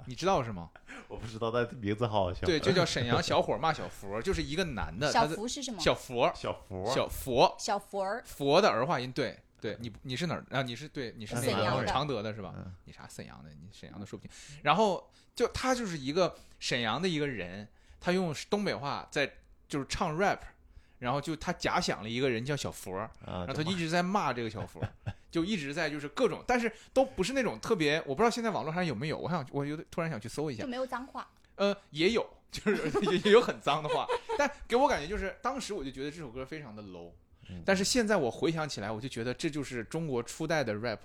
Speaker 3: 你知道是吗？
Speaker 2: 我不知道，但名字好好笑。
Speaker 3: 对，就 叫沈阳小伙骂小佛，就是一个男的，
Speaker 5: 小
Speaker 3: 他在
Speaker 5: 福是什么？
Speaker 3: 小 佛
Speaker 2: 小福，
Speaker 3: 小佛
Speaker 5: 小佛儿，
Speaker 3: 佛的儿化音，对对，你你是哪儿啊？你是对，你是那
Speaker 5: 沈阳
Speaker 3: 个
Speaker 5: 的
Speaker 3: 常德的是吧？
Speaker 2: 嗯
Speaker 3: 你啥沈阳的？你沈阳的说不清。然后就他就是一个沈阳的一个人，他用东北话在就是唱 rap，然后就他假想了一个人叫小佛，
Speaker 2: 啊，
Speaker 3: 然后他就一直在骂这个小佛， 就一直在就是各种，但是都不是那种特别，我不知道现在网络上有没有，我想我有突然想去搜一下
Speaker 5: 就，没有脏话。
Speaker 3: 呃，也有，就是 也也有很脏的话，但给我感觉就是当时我就觉得这首歌非常的 low，
Speaker 2: 嗯
Speaker 3: 但是现在我回想起来，我就觉得这就是中国初代的 rap，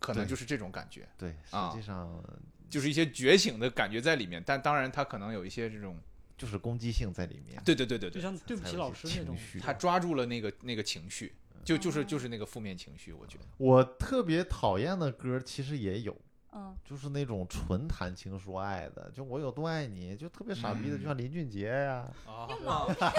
Speaker 3: 可能
Speaker 2: 对
Speaker 3: 就是这种感觉，
Speaker 2: 对，
Speaker 3: 啊
Speaker 2: 实际上
Speaker 3: 就是一些觉醒的感觉在里面，但当然它可能有一些这种，
Speaker 2: 就是攻击性在里面。
Speaker 3: 对对对对
Speaker 4: 就
Speaker 3: 对，
Speaker 4: 像对不起老师那种
Speaker 2: 情。绪啊
Speaker 3: 他抓住了那个那个情绪，就就是就是那个负面情绪，我觉得，
Speaker 2: 我特别讨厌的歌其实也有。
Speaker 5: 嗯，
Speaker 2: 就是那种纯谈情说爱的，就我有多爱你，就特别傻逼的，
Speaker 3: 嗯
Speaker 2: 就像林俊杰 呀、
Speaker 3: 啊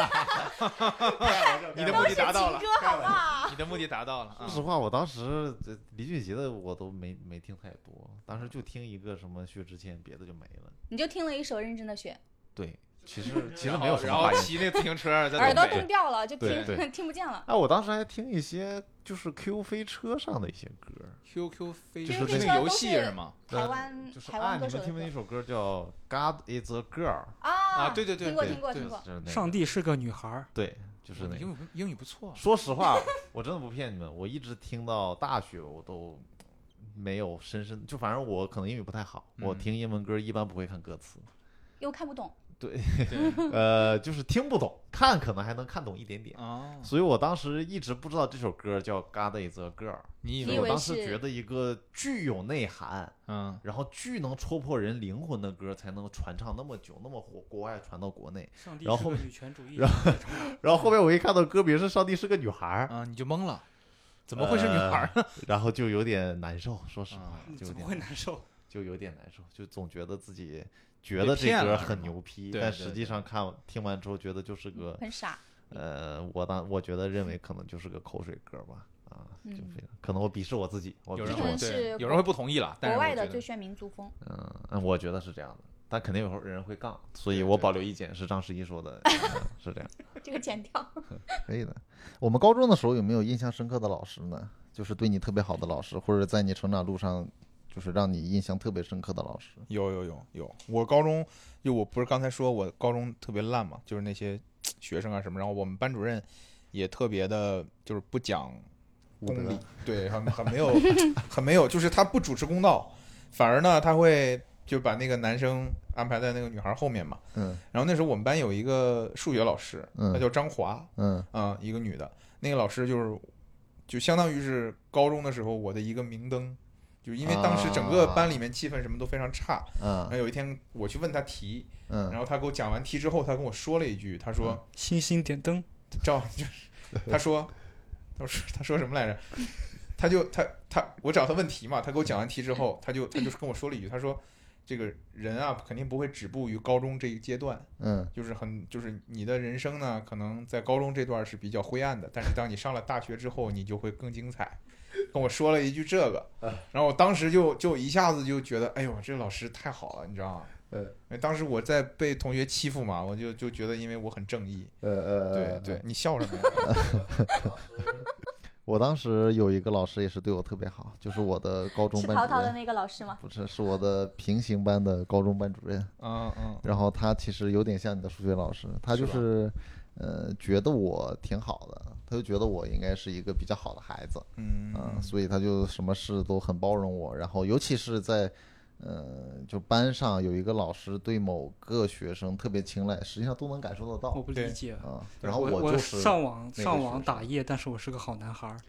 Speaker 3: 你的目
Speaker 5: 都
Speaker 3: 的
Speaker 5: 是
Speaker 3: 达
Speaker 5: 情
Speaker 3: 到了，
Speaker 5: 歌，好不好？
Speaker 3: 你的目的达到了啊
Speaker 2: 说实话，我当时这林俊杰的我都没没听太多，当时就听一个什么薛之谦，别的就没了。
Speaker 5: 你就听了一首《认真的雪
Speaker 2: 对，其 实其实没有什么
Speaker 3: 然后
Speaker 2: 话题。
Speaker 3: 骑那自行车》，在
Speaker 5: 耳朵
Speaker 3: 东北
Speaker 5: 冻掉了，就
Speaker 2: 对对
Speaker 5: 听听不见了。
Speaker 2: 哎，我当时还听一些就是 Q 飞车上的一些歌，
Speaker 3: QQ 飞
Speaker 2: 就是
Speaker 3: 那
Speaker 2: 那
Speaker 3: 个游戏是吗？
Speaker 5: 台
Speaker 2: 呃
Speaker 5: 湾
Speaker 2: 就是
Speaker 5: 台
Speaker 2: 啊，
Speaker 5: 湾
Speaker 2: 你
Speaker 5: 歌手
Speaker 2: 们
Speaker 5: 的
Speaker 2: 听没
Speaker 5: 歌
Speaker 2: 听一首歌叫《God Is a Girl
Speaker 5: 啊
Speaker 3: 啊，对对对，
Speaker 5: 听过
Speaker 3: 对
Speaker 5: 听过
Speaker 3: 对
Speaker 5: 听过，
Speaker 2: 就是那》，个
Speaker 4: 上帝是个女孩儿，
Speaker 2: 对，就是那个
Speaker 3: 哦英。语英语不错，
Speaker 2: 说实话，我真的不骗你们，我一直听到大学，我都没有深深就反正我可能英语不太好，我
Speaker 3: 嗯
Speaker 2: 听英文歌一般不会看歌词，
Speaker 5: 又看不懂。
Speaker 3: 对
Speaker 2: 呃，就是听不懂，看可能还能看懂一点点。
Speaker 3: 啊，
Speaker 2: 所以我当时一直不知道这首歌叫《God Is a Girl》，
Speaker 3: 你以
Speaker 2: 因为
Speaker 5: 以
Speaker 2: 我
Speaker 5: 为
Speaker 2: 当时
Speaker 5: 是
Speaker 2: 觉得一个具有内涵，
Speaker 3: 嗯，
Speaker 2: 然后巨能戳破人灵魂的歌才能传唱那么久，那么火，国外传到国内。
Speaker 4: 上帝
Speaker 2: 然
Speaker 4: 是
Speaker 2: 后
Speaker 4: 个
Speaker 2: 后面
Speaker 4: 女权主义者。
Speaker 2: 然后后面我一看到歌名是《上帝是个女孩》，
Speaker 3: 啊，你就懵了，怎么会是女孩儿？
Speaker 2: 呃然后就有点难受，说实话， 就有
Speaker 4: 嗯怎么
Speaker 2: 点
Speaker 4: 会难受？
Speaker 2: 就有点难受，就总觉得自己觉得这歌很牛批，
Speaker 3: 对
Speaker 2: 但
Speaker 3: 对
Speaker 2: 实
Speaker 3: 对
Speaker 2: 际上看听完之后觉得就是个
Speaker 5: 很傻，
Speaker 2: 呃，我当我觉得认为可能就是个口水歌吧，啊，就
Speaker 5: 嗯
Speaker 2: 非常可能我鄙视我自己，我
Speaker 3: 有
Speaker 2: 鄙
Speaker 3: 人
Speaker 2: 视
Speaker 5: 可
Speaker 3: 会
Speaker 5: 能
Speaker 2: 我，
Speaker 5: 哦是
Speaker 3: 对，有
Speaker 5: 国
Speaker 3: 人会不同意啦。但
Speaker 5: 国
Speaker 3: 是我
Speaker 5: 外
Speaker 3: 觉
Speaker 5: 的
Speaker 3: 得
Speaker 5: 最炫民族风，
Speaker 2: 嗯嗯，我觉得是这样的，但肯定有人会杠，所以
Speaker 3: 对
Speaker 2: 我
Speaker 3: 对
Speaker 2: 保留意见，是张十一说的，嗯是这样，
Speaker 5: 这个剪掉。
Speaker 2: 可以的。我们高中的时候有没有印象深刻的老师呢？就是对你特别好的老师，或者在你成长路上就是让你印象特别深刻的老师？
Speaker 3: 有有有有，我高中就我不是刚才说我高中特别烂嘛，就是那些学生啊什么，然后我们班主任也特别的，就是不讲
Speaker 2: 武
Speaker 3: 公
Speaker 2: 德
Speaker 3: 理，对，很很没有很没有，就是他不主持公道，反而呢他会就把那个男生安排在那个女孩后面嘛。
Speaker 2: 嗯
Speaker 3: 然后那时候我们班有一个数学老师，她
Speaker 2: 嗯
Speaker 3: 叫张华，
Speaker 2: 嗯，
Speaker 3: 啊、一个女的，那个老师就是，就相当于是高中的时候我的一个明灯，就因为当时整个班里面气氛什么都非常差。然
Speaker 2: 嗯
Speaker 3: 后有一天我去问他题，哎然
Speaker 2: 嗯，
Speaker 3: 后他给我讲完题之后，他跟我说了一句，他说：“
Speaker 4: 星星点灯，
Speaker 3: 赵就是，他说，他说他说什么来着？他就他他我找他问题嘛，他给我讲完题之后，他就他就跟我说了一句，他说这个人啊肯定不会止步于高中这一阶段，
Speaker 2: 嗯，
Speaker 3: 就是很就是你的人生呢，可能在高中这段是比较灰暗的，但是当你上了大学之后，你就会更精彩。跟我说了一句这个，
Speaker 2: 啊
Speaker 3: 然后我当时就就一下子就觉得，哎呦，这老师太好了，你知道吗？
Speaker 2: 呃
Speaker 3: 因为当时我在被同学欺负嘛，我就就觉得因为我很正义，
Speaker 2: 呃呃
Speaker 3: 对对，，你笑什么呀？
Speaker 2: 我当时有一个老师也是对我特别好，就是我的高中
Speaker 5: 是
Speaker 2: 班
Speaker 5: 淘
Speaker 2: 主
Speaker 5: 淘的
Speaker 2: 任，
Speaker 5: 那个老师吗？
Speaker 2: 不是，是我的平行班的高中班主任。
Speaker 3: 嗯嗯，
Speaker 2: 然后他其实有点像你的数学老师，他就是
Speaker 3: 吧
Speaker 2: 是呃觉得我挺好的，他就觉得我应该是一个比较好的孩子，
Speaker 3: 嗯
Speaker 2: 嗯，所以他就什么事都很包容我。然后尤其是在呃就班上有一个老师对某个学生特别青睐，实际上都能感受得
Speaker 4: 我
Speaker 2: 到
Speaker 4: 不
Speaker 3: 对
Speaker 4: 理解。
Speaker 2: 啊。
Speaker 3: 对
Speaker 2: 然后
Speaker 4: 哦我
Speaker 2: 就是
Speaker 4: 上网
Speaker 2: 那个
Speaker 4: 上
Speaker 2: 学
Speaker 4: 网
Speaker 2: 生
Speaker 4: 打夜，但是我是个好男孩儿。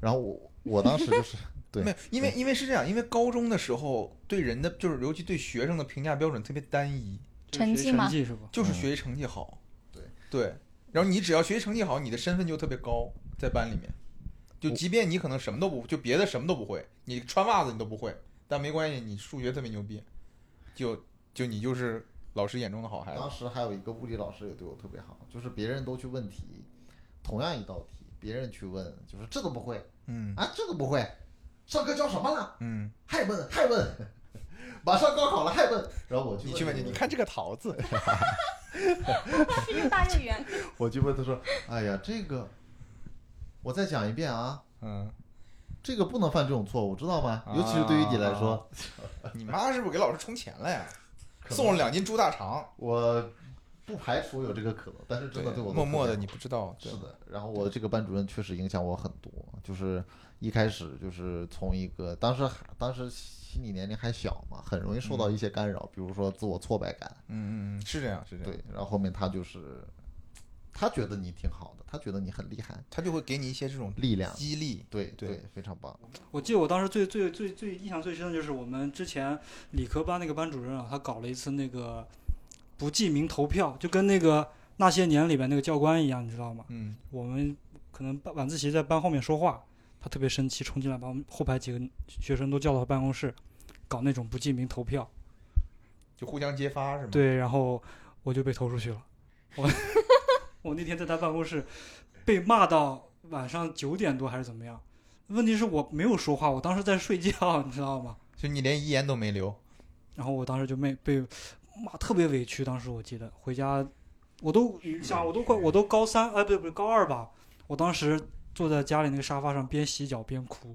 Speaker 2: 然后我我当时就是对
Speaker 3: 没有，因为因为是这样，因为高中的时候对人的就是尤其对学生的评价标准特别单一，
Speaker 4: 这个
Speaker 5: 成
Speaker 4: 学
Speaker 5: 绩
Speaker 4: 习成
Speaker 5: 吗
Speaker 4: 绩是吧？
Speaker 3: 就是
Speaker 2: 嗯
Speaker 3: 学习成绩好。
Speaker 2: 对
Speaker 3: 对，然后你只要学习成绩好，你的身份就特别高，在班里面，就
Speaker 2: 我
Speaker 3: 即便你可能什么都不，就别的什么都不会，你穿袜子你都不会，但没关系，你数学特别牛逼，就就你就是老师眼中的好孩子
Speaker 2: 当。时还有一个物理老师也对我特别好，就是别人都去问题，同样一道题，别人去问，就是这个不会
Speaker 3: 嗯
Speaker 2: 啊，这个不会，上课教什么呢？
Speaker 3: 嗯，
Speaker 2: 还问还问， 马上高考了还问，然后我去
Speaker 3: 你去问
Speaker 2: 问
Speaker 3: 你，你看这个 桃子，
Speaker 5: 是越大越圆。
Speaker 2: 我去问他说，哎呀，这个我再讲一遍啊，
Speaker 3: 嗯，
Speaker 2: 这个不能犯这种错误，知道吗？尤其是对于你来说，
Speaker 3: 啊你妈是不是给老师充钱了呀？
Speaker 2: 可能
Speaker 3: 送了两斤猪大肠，
Speaker 2: 我不排除有这个可能，但是真的对我都
Speaker 3: 默默
Speaker 2: 特别
Speaker 3: 的
Speaker 2: 好
Speaker 3: 你不知道，对
Speaker 2: 是的，然后我这个班主任确实影响我很多，就是一开始就是从一个当时还当时心理年龄还小嘛，很容易受到一些干扰，比如说自我挫败感，
Speaker 3: 嗯嗯，嗯，是这样，是这样。
Speaker 2: 对，然后后面他就是他觉得你挺好的，他觉得你很厉害，
Speaker 3: 他就会给你一些这种
Speaker 2: 力量，
Speaker 3: 激励。
Speaker 2: 对
Speaker 3: 对
Speaker 2: 非常棒，
Speaker 4: 我记得我当时最最最最印象最深的就是我们之前理科班那个班主任啊，他搞了一次那个不记名投票，就跟那个那些年里边那个教官一样，你知道吗？
Speaker 3: 嗯，
Speaker 4: 我们可能班晚自习在班后面说话，他特别生气，冲进来把我们后排几个学生都叫到办公室，搞那种不记名投票。
Speaker 3: 就互相揭发是吗？，
Speaker 4: 对，然后我就被投出去了。我我那天在他办公室被骂到晚上九点多还是怎么样？问题是我没有说话，我当时在睡觉，你知道吗？
Speaker 3: 就你连遗言都没留。
Speaker 4: 然后我当时就没被骂，特别委屈。当时我记得回家，我都你想我都快我都高三哎，不对不对高二吧，我当时坐在家里那个沙发上边洗脚边哭。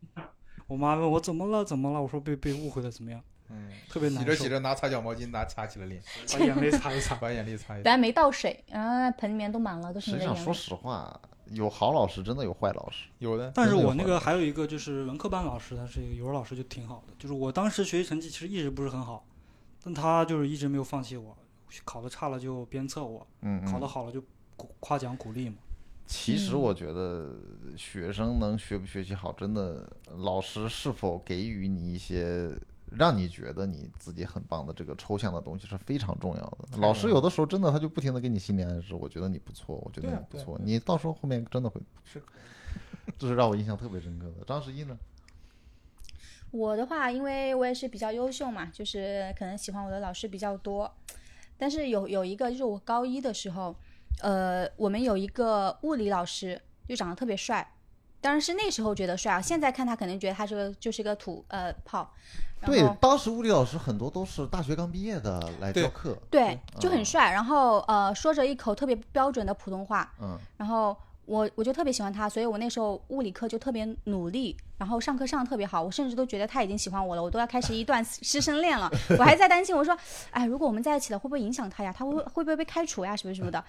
Speaker 4: 我妈问我怎么了怎么了，我说被被误会了怎么样，
Speaker 3: 嗯，
Speaker 4: 特别
Speaker 3: 洗
Speaker 4: 难
Speaker 3: 着
Speaker 4: 受
Speaker 3: 洗，着拿擦脚毛巾拿擦起了脸，
Speaker 4: 把眼泪擦一擦。
Speaker 3: 把眼泪擦一擦。
Speaker 5: 然后没倒水，然后那盆里面都满了，都
Speaker 2: 实
Speaker 5: 是你
Speaker 2: 际
Speaker 5: 的
Speaker 2: 上
Speaker 5: 眼
Speaker 2: 说
Speaker 5: 泪。
Speaker 2: 实话，有好老师真的有坏老师，
Speaker 3: 有的，嗯
Speaker 4: 但是
Speaker 2: 真的有
Speaker 4: 我那
Speaker 2: 好
Speaker 4: 个
Speaker 2: 老
Speaker 4: 还有一个就是文科班老师，他是一个语文老师，就挺好的。就是我当时学习成绩其实一直不是很好，但他就是一直没有放弃我，考的差了就鞭策我，
Speaker 2: 嗯嗯
Speaker 4: 考的。好了就鼓夸奖鼓励嘛。
Speaker 2: 其实
Speaker 5: 嗯
Speaker 2: 我觉得学生能学不学习好，真的老师是否给予你一些让你觉得你自己很棒的这个抽象的东西是非常重要的。老师有的时候真的他就不停的给你心理暗示，我觉得你不错，我觉得
Speaker 3: 啊对
Speaker 2: 你
Speaker 3: 啊
Speaker 2: 不
Speaker 3: 对啊
Speaker 2: 错，
Speaker 3: 对啊
Speaker 2: 你到时候后面真的会
Speaker 3: 是
Speaker 2: 这是让我印象特别深刻的。张十一呢？
Speaker 5: 我的话，因为我也是比较优秀嘛，就是可能喜欢我的老师比较多。但是有有一个，就是我高一的时候，呃，我们有一个物理老师，就长得特别帅，当然是那时候觉得帅啊，现在看他肯定觉得他是个就是个土呃炮。然
Speaker 2: 对
Speaker 5: 后，
Speaker 2: 当时物理老师很多都是大学刚毕业的来
Speaker 3: 对
Speaker 2: 教课，
Speaker 5: 对，就
Speaker 2: 啊
Speaker 5: 很帅，然后呃，说着一口特别标准的普通话，
Speaker 2: 嗯，
Speaker 5: 然后我我就特别喜欢他，所以我那时候物理课就特别努力，然后上课上得特别好，我甚至都觉得他已经喜欢我了，我都要开始一段师生恋了，我还在担心，我说，哎，如果我们在一起了，会不会影响他呀？他会会不会被开除呀？什么什么的。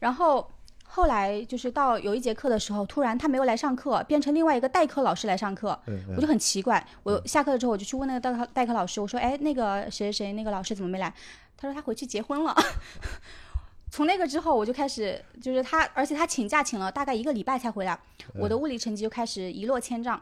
Speaker 5: 然后后来就是到有一节课的时候，突然他没有来上课，变成另外一个代课老师来上课，
Speaker 2: 嗯
Speaker 5: 我就很奇怪，我下课之后我就去问那个代课代课老师，我说，哎，那个谁谁谁那个老师怎么没来？他说他回去结婚了。 从那个之后，我就开始就是他，而且他请假请了大概一个礼拜才回来，我的物理成绩就开始一落千丈，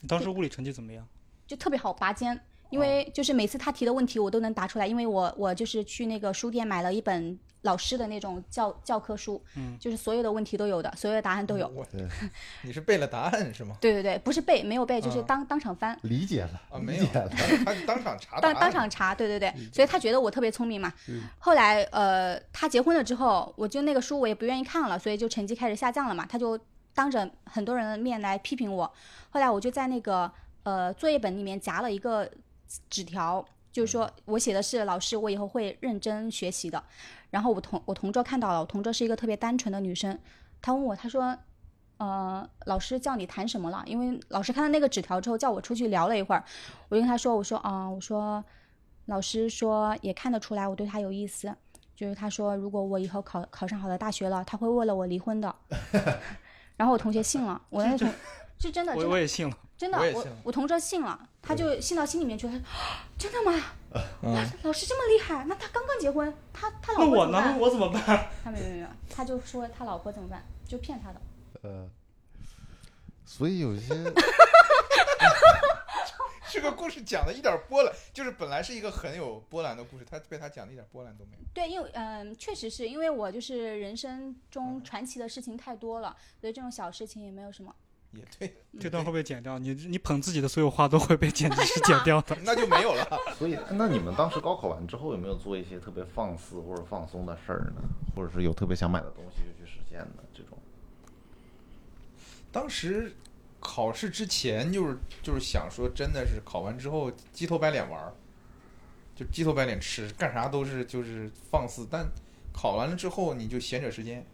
Speaker 4: 你当时物理成绩怎么样？
Speaker 5: 就特别好拔尖。因为就是每次他提的问题我都能答出来，因为我我就是去那个书店买了一本老师的那种教教科书，
Speaker 4: 嗯
Speaker 5: 就是所有的问题都有的，所有的答案都有。
Speaker 3: 我
Speaker 2: 对
Speaker 3: 你是背了答案是吗？
Speaker 5: 对对对，不是背，没有背，就是
Speaker 3: 嗯
Speaker 5: 当、当场翻。
Speaker 2: 理解了
Speaker 3: 啊，没
Speaker 2: 理
Speaker 3: 有，
Speaker 2: 解了，
Speaker 3: 他当场查答
Speaker 5: 当
Speaker 3: 案。
Speaker 5: 当 场查，对对对，所以他觉得我特别聪明嘛。
Speaker 4: 嗯
Speaker 5: 后来呃，他结婚了之后，我就那个书我也不愿意看了，所以就成绩开始下降了嘛。他就当着很多人的面来批评我。后来我就在那个呃作业本里面夹了一个纸条，就是说我写的是老师，我以后会认真学习的。然后我同我同桌看到了，我同桌是一个特别单纯的女生，她问我，她说。呃，老师叫你谈什么了？因为老师看到那个纸条之后，叫我出去聊了一会儿，我就跟他说，我说啊、我说老师说也看得出来我对他有意思，就是他说如果我以后考考上好的大学了，他会为了我离婚的。 然后我同学信了，我那个同是真的，真
Speaker 4: 我
Speaker 5: 的
Speaker 4: 我也信了，
Speaker 5: 真的，
Speaker 3: 我也
Speaker 5: 我
Speaker 3: 信了
Speaker 5: 我同桌信了，他就信到心里面去了，他说真的吗？
Speaker 3: 啊
Speaker 5: 哇，
Speaker 3: 嗯
Speaker 5: 老师这么厉害，那他刚刚结婚，他他
Speaker 4: 那
Speaker 5: 老婆
Speaker 4: 我
Speaker 5: 怎么
Speaker 4: 呢？
Speaker 5: 办？
Speaker 4: 我怎么办？
Speaker 5: 他没有没有没有，他就说他老婆怎么办，就骗他的。
Speaker 2: 呃，所以有一些
Speaker 3: 这个故事讲的一点波澜，就是本来是一个很有波澜的故事，他被他讲的一点波澜都没有。
Speaker 5: 对，因为嗯、确实是因为我就是人生
Speaker 3: 嗯
Speaker 5: 中传奇的事情太多了，所以这种小事情也没有什
Speaker 3: 啊
Speaker 5: 么。
Speaker 3: 也对，
Speaker 4: 这段会不会剪掉？你你捧自己的所有话都会被剪辑师剪掉 的。
Speaker 3: 那就没有了。
Speaker 2: 所以，那你们当时高考完之后有没有做一些特别放肆或者放松的事儿呢？或者是有特别想买的东西就去实现的这种？
Speaker 3: 当时考试之前就是就是想说，真的是考完之后鸡头白脸玩儿，就鸡头白脸吃，干啥都是就是放肆。但考完了之后，你就闲着时间，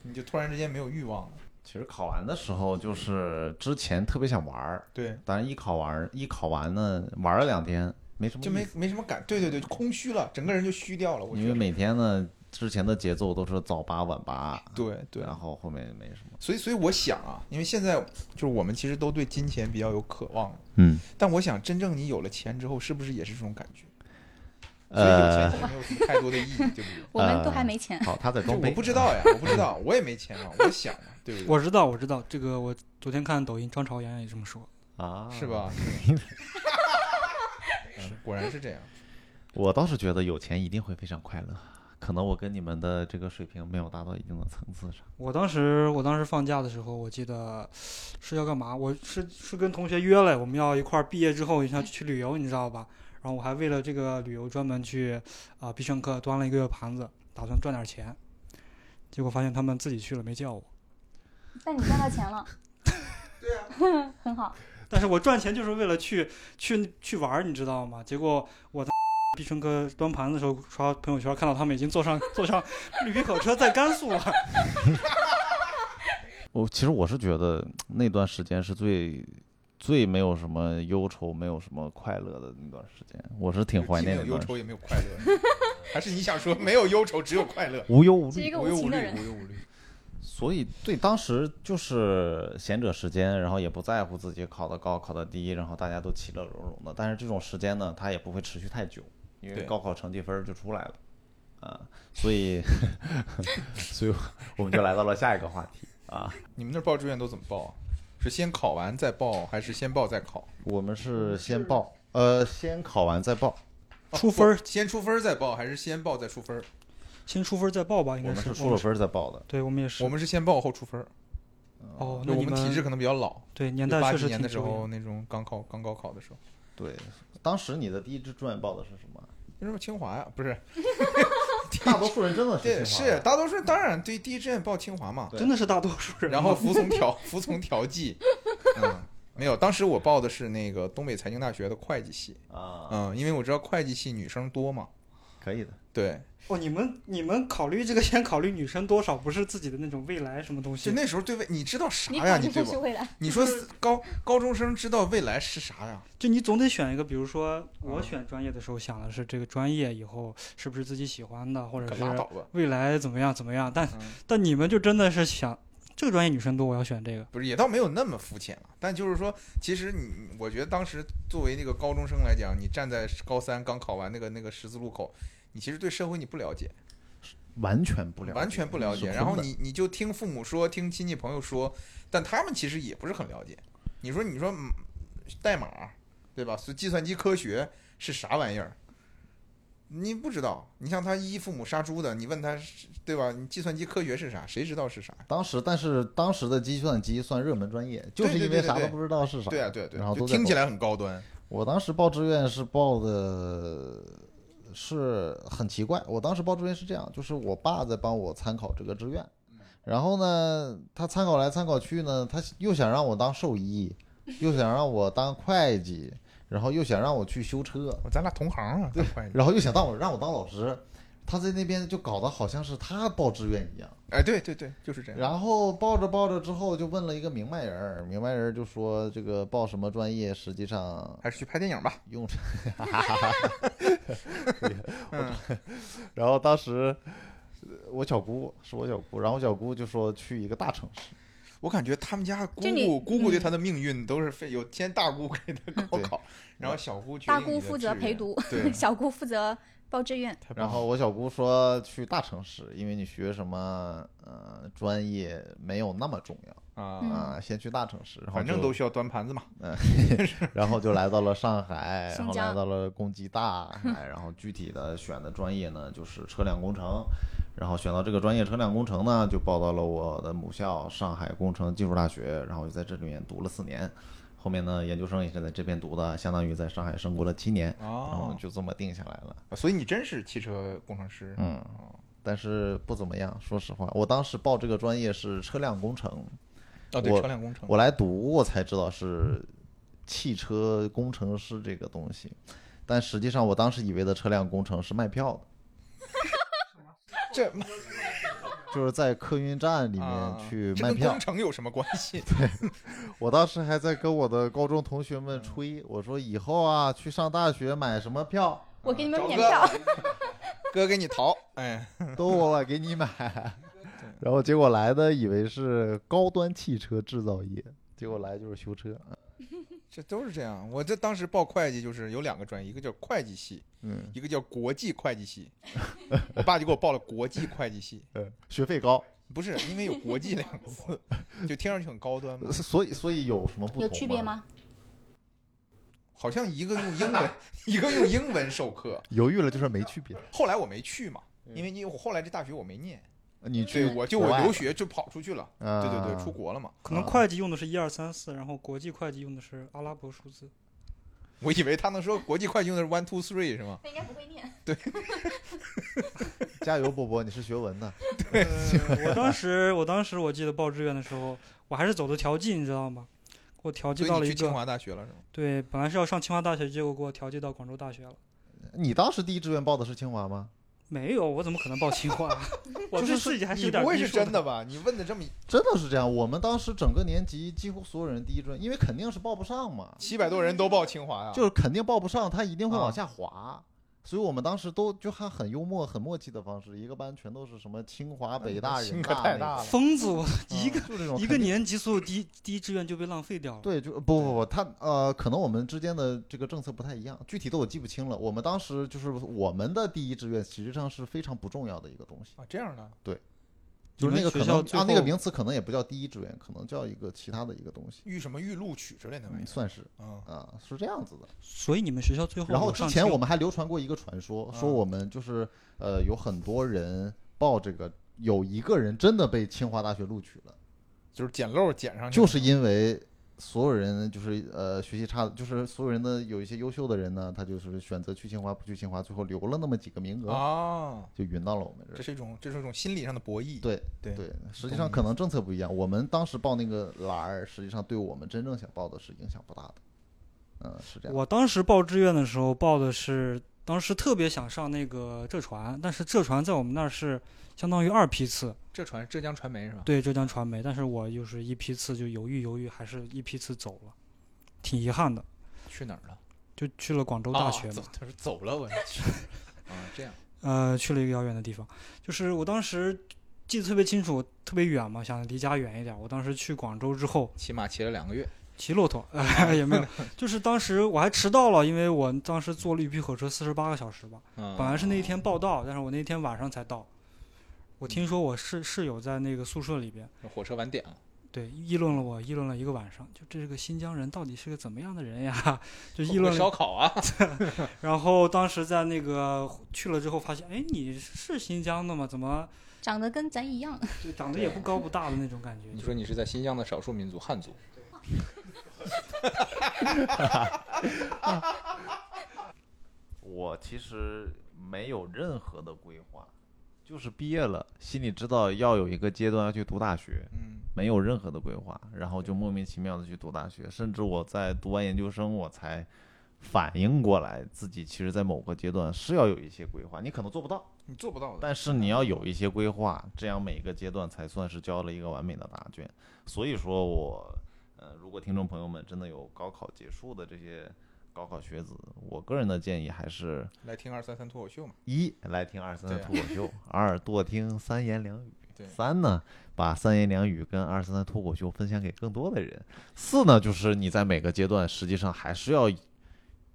Speaker 3: 你就突然之间没有欲望了。
Speaker 2: 其实考完的时候就是之前特别想玩儿，
Speaker 3: 对，
Speaker 2: 但是一考完一考完呢，玩了两天没什么
Speaker 3: 就
Speaker 2: 意
Speaker 3: 没
Speaker 2: 思
Speaker 3: 没什么感，对对对，就空虚了，整个人就虚掉了。我觉
Speaker 2: 因为
Speaker 3: 得，
Speaker 2: 每天呢之前的节奏都是早八晚八，
Speaker 3: 对对，啊
Speaker 2: 然后后面没什么，
Speaker 3: 所以所以我想啊，因为现在就是我们其实都对金钱比较有渴望，
Speaker 2: 嗯，
Speaker 3: 但我想真正你有了钱之后，是不是也是这种感觉？所以有
Speaker 2: 呃
Speaker 3: 钱，也没有什么太多的意义，对不对？
Speaker 5: 我们
Speaker 2: 呃
Speaker 5: 都还没钱，
Speaker 2: 好，他在
Speaker 3: 就
Speaker 2: 装
Speaker 3: 我
Speaker 2: 杯，
Speaker 3: 不知道呀，我不知道，我也没钱嘛，我想嘛，对不对？
Speaker 4: 我知道，我知道，这个我昨天看抖音，张朝阳也这么说。
Speaker 2: 啊，
Speaker 3: 是？吧？是果然是这样。
Speaker 2: 我倒是觉得有钱一定会非常快乐，可能我跟你们的这个水平没有达到一定的层次上。
Speaker 4: 我当时我当时放假的时候，我记得是要干嘛？我是是跟同学约了，我们要一块儿毕业之后要去旅游，你知道吧？然后我还为了这个旅游专门去啊、必胜客端了一个盘子，打算赚点钱。结果发现他们自己去了，没叫我。
Speaker 5: 但你赚到钱了。对啊，很好。
Speaker 4: 但是我赚钱就是为了去去去玩儿，你知道吗？结果我在必胜客端盘子的时候刷朋友圈，看到他们已经坐上坐上绿皮火车在甘肃
Speaker 2: 哦
Speaker 4: 了。
Speaker 2: 我其实我是觉得那段时间是最最没有什么忧愁、没有什么快乐的那段时间，我是挺怀念那
Speaker 3: 就既没有忧
Speaker 2: 段时
Speaker 3: 愁，也没有快乐， 还是你想说没有忧愁，只有快乐？
Speaker 2: 无忧无
Speaker 5: 是 一
Speaker 2: 虑。
Speaker 5: 个
Speaker 3: 无
Speaker 5: 无
Speaker 3: 忧无
Speaker 5: 情
Speaker 3: 虑
Speaker 5: 的，人。
Speaker 3: 无忧无虑。
Speaker 2: 所以对当时就是闲者时间，然后也不在乎自己考得高、考得低，然后大家都其乐融融的。但是这种时间呢，它也不会持续太久，因为
Speaker 3: 对
Speaker 2: 高考成绩分儿就出来了。啊，所以，所以我们就来到了下一个话题啊。
Speaker 3: 你们那儿报志愿都怎么报啊？是先考完再报，还是先报再考？
Speaker 2: 我们是先报，呃，先考完再报。
Speaker 3: 哦
Speaker 4: 出分儿
Speaker 3: 不先出分儿再报，还是先报再出分儿？
Speaker 4: 先出分再报吧，应
Speaker 2: 我
Speaker 4: 该
Speaker 2: 们是
Speaker 4: 是
Speaker 2: 出了分儿再报的。哦嗯
Speaker 4: 对我们也是，
Speaker 3: 我们是先报后出分儿。
Speaker 4: 哦，
Speaker 3: 就
Speaker 4: 那
Speaker 3: 我
Speaker 4: 你
Speaker 3: 们体制可能比较老，
Speaker 4: 对年代
Speaker 3: 八
Speaker 4: 确
Speaker 3: 几
Speaker 4: 实
Speaker 3: 年
Speaker 4: 挺
Speaker 3: 的时
Speaker 4: 久
Speaker 3: 候
Speaker 4: 远。
Speaker 3: 那种刚考刚高考的时候，
Speaker 2: 对，当时你的第一支志愿报的是什么？
Speaker 3: 那时候清华呀、不是，
Speaker 2: 大多数人真的
Speaker 3: 对，
Speaker 2: 是清华
Speaker 3: 是
Speaker 2: 的
Speaker 3: 大多数人当然对第一志愿报清华嘛，
Speaker 2: 对
Speaker 4: 真的是大多数 人。
Speaker 3: 然后服从调服从调剂，嗯，没有，当时我报的是那个东北财经大学的会计系，
Speaker 2: 啊，
Speaker 3: 嗯，因为我知道会计系女生多嘛，
Speaker 2: 可以的。
Speaker 3: 对，
Speaker 4: 哦，你们你们考虑这个先考虑女生多少，不是自己的那种未来什么东
Speaker 3: 就
Speaker 4: 西。
Speaker 3: 那时候对未你知道啥
Speaker 5: 你
Speaker 3: 呀？
Speaker 5: 考
Speaker 3: 你
Speaker 5: 虑
Speaker 3: 对
Speaker 5: 的是
Speaker 3: 吧？
Speaker 5: 未来，
Speaker 3: 你说高高中生知道未来是啥呀？
Speaker 4: 就你总得选一个，比如说我
Speaker 3: 嗯
Speaker 4: 选专业的时候想的是这个专业以后是不是自己喜欢的，或者
Speaker 3: 可
Speaker 4: 是
Speaker 3: 拉倒吧，
Speaker 4: 未来怎么样怎么样。但
Speaker 3: 嗯，
Speaker 4: 但你们就真的是想这个专业女生多，我要选这个。
Speaker 3: 不是也倒没有那么肤浅了，但就是说，其实你我觉得当时作为那个高中生来讲，你站在高三刚考完那个那个十字路口。你其实对社会你不了解，
Speaker 2: 完全不了解，
Speaker 3: 完全不了
Speaker 2: 是
Speaker 3: 解。
Speaker 2: 空
Speaker 3: 然后
Speaker 2: 的
Speaker 3: 你你就听父母说，听亲戚朋友说，但他们其实也不是很了解。你说你说嗯代码，对吧？所以计算机科学是啥玩意儿？你不知道。你像他一父母杀猪的，你问他是，对吧？你计算机科学是啥？谁知道是啥？
Speaker 2: 当时，但是当时的计算机算热门专业，就
Speaker 3: 对
Speaker 2: 是
Speaker 3: 对
Speaker 2: 因为
Speaker 3: 对
Speaker 2: 啥
Speaker 3: 对
Speaker 2: 都不知道是啥。
Speaker 3: 对啊，对啊对
Speaker 2: 然
Speaker 3: 啊，
Speaker 2: 后
Speaker 3: 就
Speaker 2: 都
Speaker 3: 听起
Speaker 2: 来。
Speaker 3: 来很高端。
Speaker 2: 我当时报志愿是报的是很奇怪，我当时报志愿是这样，就是我爸在帮我参考这个志愿，
Speaker 3: 嗯
Speaker 2: 然后呢，他参考来参考去呢，他又想让我当兽医，又想让我当会计，然后又想让我去修车，
Speaker 3: 我咱俩同行啊，对，会计
Speaker 2: 然后又想让我让我当老师，他在那边就搞得好像是他报志愿一样。
Speaker 3: 哎，对对对，就是这样。
Speaker 2: 然后报着报着之后，就问了一个明白人儿，明白人儿就说这个报什么专业，实际上
Speaker 3: 还是去拍电影吧。
Speaker 2: 用 着。 然后当时呃我小姑是我小姑，然后我小姑就说去一个大城市，
Speaker 3: 我感觉他们家姑
Speaker 5: 就你嗯
Speaker 3: 姑姑姑对他的命运都是非有先大姑给他高
Speaker 2: 嗯对
Speaker 3: 考，然后小姑决定
Speaker 5: 大
Speaker 3: 你
Speaker 5: 姑
Speaker 3: 的
Speaker 5: 负责
Speaker 3: 志
Speaker 5: 陪
Speaker 3: 愿，嗯
Speaker 5: 读，，
Speaker 3: 对
Speaker 5: 小姑负责报志愿。
Speaker 3: 太棒
Speaker 2: 然
Speaker 3: 了
Speaker 2: 后我小姑说去大城市，因为你学什么呃专业没有那么重要
Speaker 3: 啊，
Speaker 5: 嗯
Speaker 2: 啊，先去大城市，然后
Speaker 3: 反正
Speaker 2: 就
Speaker 3: 都需要端盘子嘛。
Speaker 2: 然后就来到了上海，
Speaker 5: 新
Speaker 2: 然后
Speaker 5: 疆
Speaker 2: 来到了工技大，哎，然后具体的选的专业呢就是车辆工程，然后选到这个专业车辆工程呢，就报到了我的母校上海工程技术大学，然后就在这里面读了四年，后面呢研究生也是在这边读的，相当于在上海生活了七年，然后
Speaker 3: 哦，
Speaker 2: 就这么定下来了。
Speaker 3: 所以你真是汽车工程师，
Speaker 2: 嗯，但是不怎么样，说实话，我当时报这个专业是车辆工程，
Speaker 3: 哦，对，
Speaker 2: 我
Speaker 3: 车辆工程，
Speaker 2: 我来读，我才知道是汽车工程师这个东西，但实际上我当时以为的车辆工程是卖票的，
Speaker 3: 这
Speaker 2: 就是在客运站里面
Speaker 3: 啊
Speaker 2: 去
Speaker 3: 这
Speaker 2: 卖
Speaker 3: 跟
Speaker 2: 票
Speaker 3: 工。程有什么关系？
Speaker 2: 我当时还在跟我的高中同学们
Speaker 3: 嗯
Speaker 2: 吹，我说以后啊，去上大学买什么 票
Speaker 5: 我给你们
Speaker 3: 找
Speaker 5: 免
Speaker 3: 个
Speaker 5: 票，
Speaker 3: 哥给你淘， 哎，
Speaker 2: 都我给你买。然后结果来的以为是高端汽车制造业，结果来就是修车。
Speaker 3: 这都是这样。我这当时报会计就是有两个专业，一个叫会计系，
Speaker 2: 嗯，
Speaker 3: 一个叫国际会 计系。我爸就给我报了国际会计系，
Speaker 2: 呃学费高，
Speaker 3: 不是因为有“国际”两个字，就听上去很高端嘛。
Speaker 2: 所以所以有什么不同？
Speaker 5: 有区别？吗？
Speaker 3: 好像一个用英文， 一个用英文授课。
Speaker 2: 犹豫了就是没区别。
Speaker 3: 后来我没去嘛，因为因为我后来这大学我没念，
Speaker 2: 你去
Speaker 3: 对，我就
Speaker 2: 国
Speaker 3: 我
Speaker 2: 外
Speaker 3: 留
Speaker 2: 了
Speaker 3: 学就跑出去了，
Speaker 2: 啊，
Speaker 3: 对对对，出国了嘛。
Speaker 4: 可能
Speaker 2: 啊
Speaker 4: 会计用的是一二三四，然后国际会计用的是阿拉伯数 字。
Speaker 3: 我以为他能说国际会计用的是 one two three 是吗？
Speaker 5: 他应该不会念。
Speaker 2: 加油，波波，你是学文的，
Speaker 4: 呃，我当时，我当时我记得报志愿的时候，我还是走的调剂，你知道吗？给我调剂
Speaker 3: 所以
Speaker 4: 到了
Speaker 3: 你
Speaker 4: 一
Speaker 3: 去清
Speaker 4: 个
Speaker 3: 华大学了是吗？
Speaker 4: 对，本来是要上清华大学，结果给我调剂到广州大学了。
Speaker 2: 你当时第一志愿报的是清华吗？
Speaker 4: 没有，我怎么可能报清华啊？我
Speaker 3: 就是
Speaker 4: 对
Speaker 3: 说
Speaker 4: 自己还是
Speaker 3: 你
Speaker 4: 有点
Speaker 3: 不会
Speaker 4: 逼
Speaker 3: 是
Speaker 4: 数
Speaker 3: 真的吧？你问的这么
Speaker 2: 真的是这样，我们当时整个年级几乎所有人第一志愿，因为肯定是报不上嘛，
Speaker 3: 七百多人都报清华呀、
Speaker 2: 就是肯定报不上，他一定会
Speaker 3: 啊
Speaker 2: 往下滑。所以我们当时都就还很幽默、很默契的方式，一个班全都是什么清华、北大、
Speaker 3: 心
Speaker 2: 人
Speaker 3: 可
Speaker 2: 大
Speaker 3: 太
Speaker 2: 那种
Speaker 3: 大了
Speaker 4: 疯子，我一个
Speaker 2: 就这种
Speaker 4: 一
Speaker 2: 嗯肯
Speaker 4: 个
Speaker 2: 定
Speaker 4: 年级所有第一第一志愿就被浪费掉了。
Speaker 2: 对，就不不不，他呃，可能我们之间的这个政策不太一样，具体的我记不清了。我们当时就是我们的第一志愿实际上是非常不重要的一个东西。
Speaker 3: 啊，这样的。
Speaker 4: 你
Speaker 2: 就是那
Speaker 4: 们
Speaker 2: 个
Speaker 4: 学
Speaker 2: 可能
Speaker 4: 校最
Speaker 2: 啊，那个
Speaker 4: 后
Speaker 2: 名词可能也不叫第一志愿，可能叫一个其他的一个东西，
Speaker 3: 预什么预录取之类的玩
Speaker 2: 嗯
Speaker 3: 意儿，
Speaker 2: 算是
Speaker 3: 嗯，
Speaker 2: 啊，是这样子的。
Speaker 4: 所以你们学校最后
Speaker 2: 然后
Speaker 4: 有
Speaker 2: 之
Speaker 4: 上
Speaker 2: 前
Speaker 4: 清
Speaker 2: 我们还流传过一个传说，说
Speaker 3: 嗯
Speaker 2: 我们就是呃有很多人报这个，有一个人真的被清华大学录取了，
Speaker 3: 就是捡漏捡上去的，
Speaker 2: 就是因为所有人就是呃学习差，就是所有人的有一些优秀的人呢，他就是选择去清华不去清华，最后留了那么几个名额，
Speaker 3: 啊，
Speaker 2: 就匀到了我们这
Speaker 3: 这
Speaker 2: 儿。
Speaker 3: 是一种这是一种心理上的博弈。
Speaker 2: 对
Speaker 3: 对
Speaker 2: 对，实际上可能政策不一样，我们当时报那个栏儿，实际上对我们真正想报的是影响不大的。嗯，是这样。
Speaker 4: 我当时报志愿的时候报的是，当时特别想上那个浙传，但是浙传在我们那儿是相当于二批次，
Speaker 3: 浙传浙江传媒是吧？
Speaker 4: 对浙江传媒，但是我就是一批次就犹豫犹豫，还是一批次走了，挺遗憾的，
Speaker 3: 去哪儿了？
Speaker 4: 就去了广州大学
Speaker 3: 啊、
Speaker 4: 嘛
Speaker 3: 走，，他说走了，我 去。啊，这样
Speaker 4: 呃，去了一个遥远的地方，就是我当时记得特别清楚，特别远嘛，想离家远一点。我当时去广州之后，
Speaker 3: 起码骑了两个月。
Speaker 4: 骑骆驼、 呃、也没有，就是当时我还迟到了，因为我当时坐绿皮火车四十八个小时吧，
Speaker 3: 嗯，
Speaker 4: 本来是那天报到，但是我那天晚上才到。我听说我室室友在那个宿舍里边，
Speaker 3: 火车晚点了。
Speaker 4: 对，议论了我，议论了一个晚上，就这个新疆人到底是个怎么样的人呀？ 就议论了
Speaker 3: 烧烤啊，
Speaker 4: 然后当时在那个去了之后，发现，哎，你是新疆的吗？怎么
Speaker 5: 长得跟咱一样，
Speaker 4: 就长得也不高不大的那种感觉？
Speaker 3: 你
Speaker 4: 就
Speaker 3: 说你是在新疆的少数民族汉族，
Speaker 2: 我其实没有任何的规划，就是毕业了，心里知道要有一个阶段要去读大学，
Speaker 3: 嗯，
Speaker 2: 没有任何的规划，然后就莫名其妙的去读大学，甚至我在读完研究生，我才反应过来自己其实在某个阶段是要有一些规划，你可能做不到，
Speaker 3: 你做不到的。
Speaker 2: 但是你要有一些规划，这样每个阶段才算是交了一个完美的答卷。所以说我，呃，如果听众朋友们真的有高考结束的这些高考学子，我个人的建议还是。
Speaker 3: 来听二三三脱口秀嘛，
Speaker 2: 一来听二三
Speaker 3: 对
Speaker 2: 三
Speaker 3: 啊
Speaker 2: 脱口 秀，二多听三言两语
Speaker 3: 对，
Speaker 2: 三呢把三言两语跟二三三脱口秀分享给更多的人，四呢就是你在每个阶段实际上还是要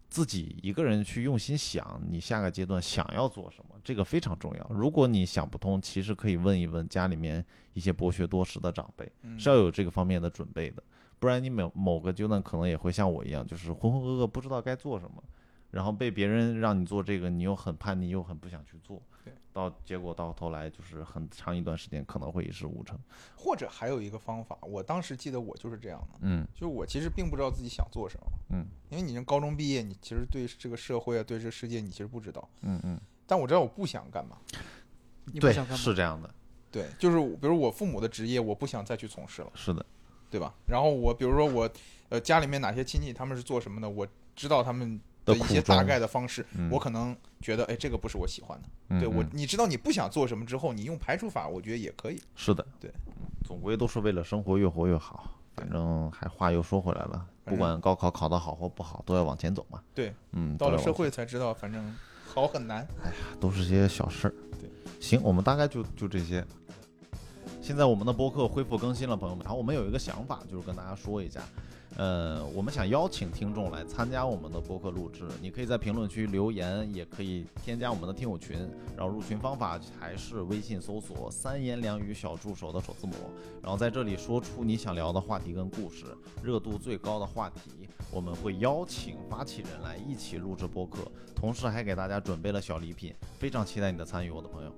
Speaker 2: 自己一个人去用心想你下个阶段想要做什么，这个非常重要。如果你想不通，其实可以问一问家里面一些博学多识的长辈，
Speaker 3: 嗯
Speaker 2: 是要有这个方面的准备的，不然你某某个阶段可能也会像我一样，就是浑浑噩噩不知道该做什么，然后被别人让你做这个，你又很叛逆，又很不想去做
Speaker 3: 对，
Speaker 2: 到结果到头来就是很长一段时间可能会一事无成。
Speaker 3: 或者还有一个方法，我当时记得我就是这样的，
Speaker 2: 嗯
Speaker 3: 就我其实并不知道自己想做什么，
Speaker 2: 嗯，
Speaker 3: 因为你人高中毕业，你其实对这个社会啊，对这个世界，你其实不知道。
Speaker 2: 嗯嗯，
Speaker 3: 但我知道我不想干嘛，
Speaker 4: 你不
Speaker 2: 对
Speaker 4: 想，干嘛？
Speaker 2: 是这样的，
Speaker 3: 对，就是我比如我父母的职业，我不想再去从事了，
Speaker 2: 是的，
Speaker 3: 对吧？然后我比如说我，呃，家里面哪些亲戚他们是做什么的，我知道他们的
Speaker 2: 的
Speaker 3: 一
Speaker 2: 苦
Speaker 3: 些大
Speaker 2: 衷
Speaker 3: 概的方式，
Speaker 2: 嗯
Speaker 3: 我可能觉得，哎，这个不是我喜欢的。
Speaker 2: 嗯
Speaker 3: 对我
Speaker 2: 嗯，
Speaker 3: 你知道你不想做什么之后，你用排除法，我觉得也可以。
Speaker 2: 是的，
Speaker 3: 对
Speaker 2: 嗯，总归都是为了生活越活越好。
Speaker 3: 对
Speaker 2: 反正还话又说回来了，
Speaker 3: 反正
Speaker 2: 不管高考考得好或不好，都要往前走嘛。
Speaker 3: 对，
Speaker 2: 嗯，
Speaker 3: 到
Speaker 2: 都
Speaker 3: 了
Speaker 2: 要
Speaker 3: 社
Speaker 2: 往
Speaker 3: 会才知道，反正好很难。
Speaker 2: 都是些小事儿。
Speaker 3: 对，
Speaker 2: 行，我们大概就就这些。现在我们的播客恢复更新了，朋友们。然后我们有一个想法，就是跟大家说一下，呃，我们想邀请听众来参加我们的播客录制。你可以在评论区留言，也可以添加我们的听友群。然后入群方法还是微信搜索“三言两语小助手”的首字母，然后在这里说出你想聊的话题跟故事，热度最高的话题，我们会邀请发起人来一起录制播客。同时还给大家准备了小礼品，非常期待你的参与，我的朋友。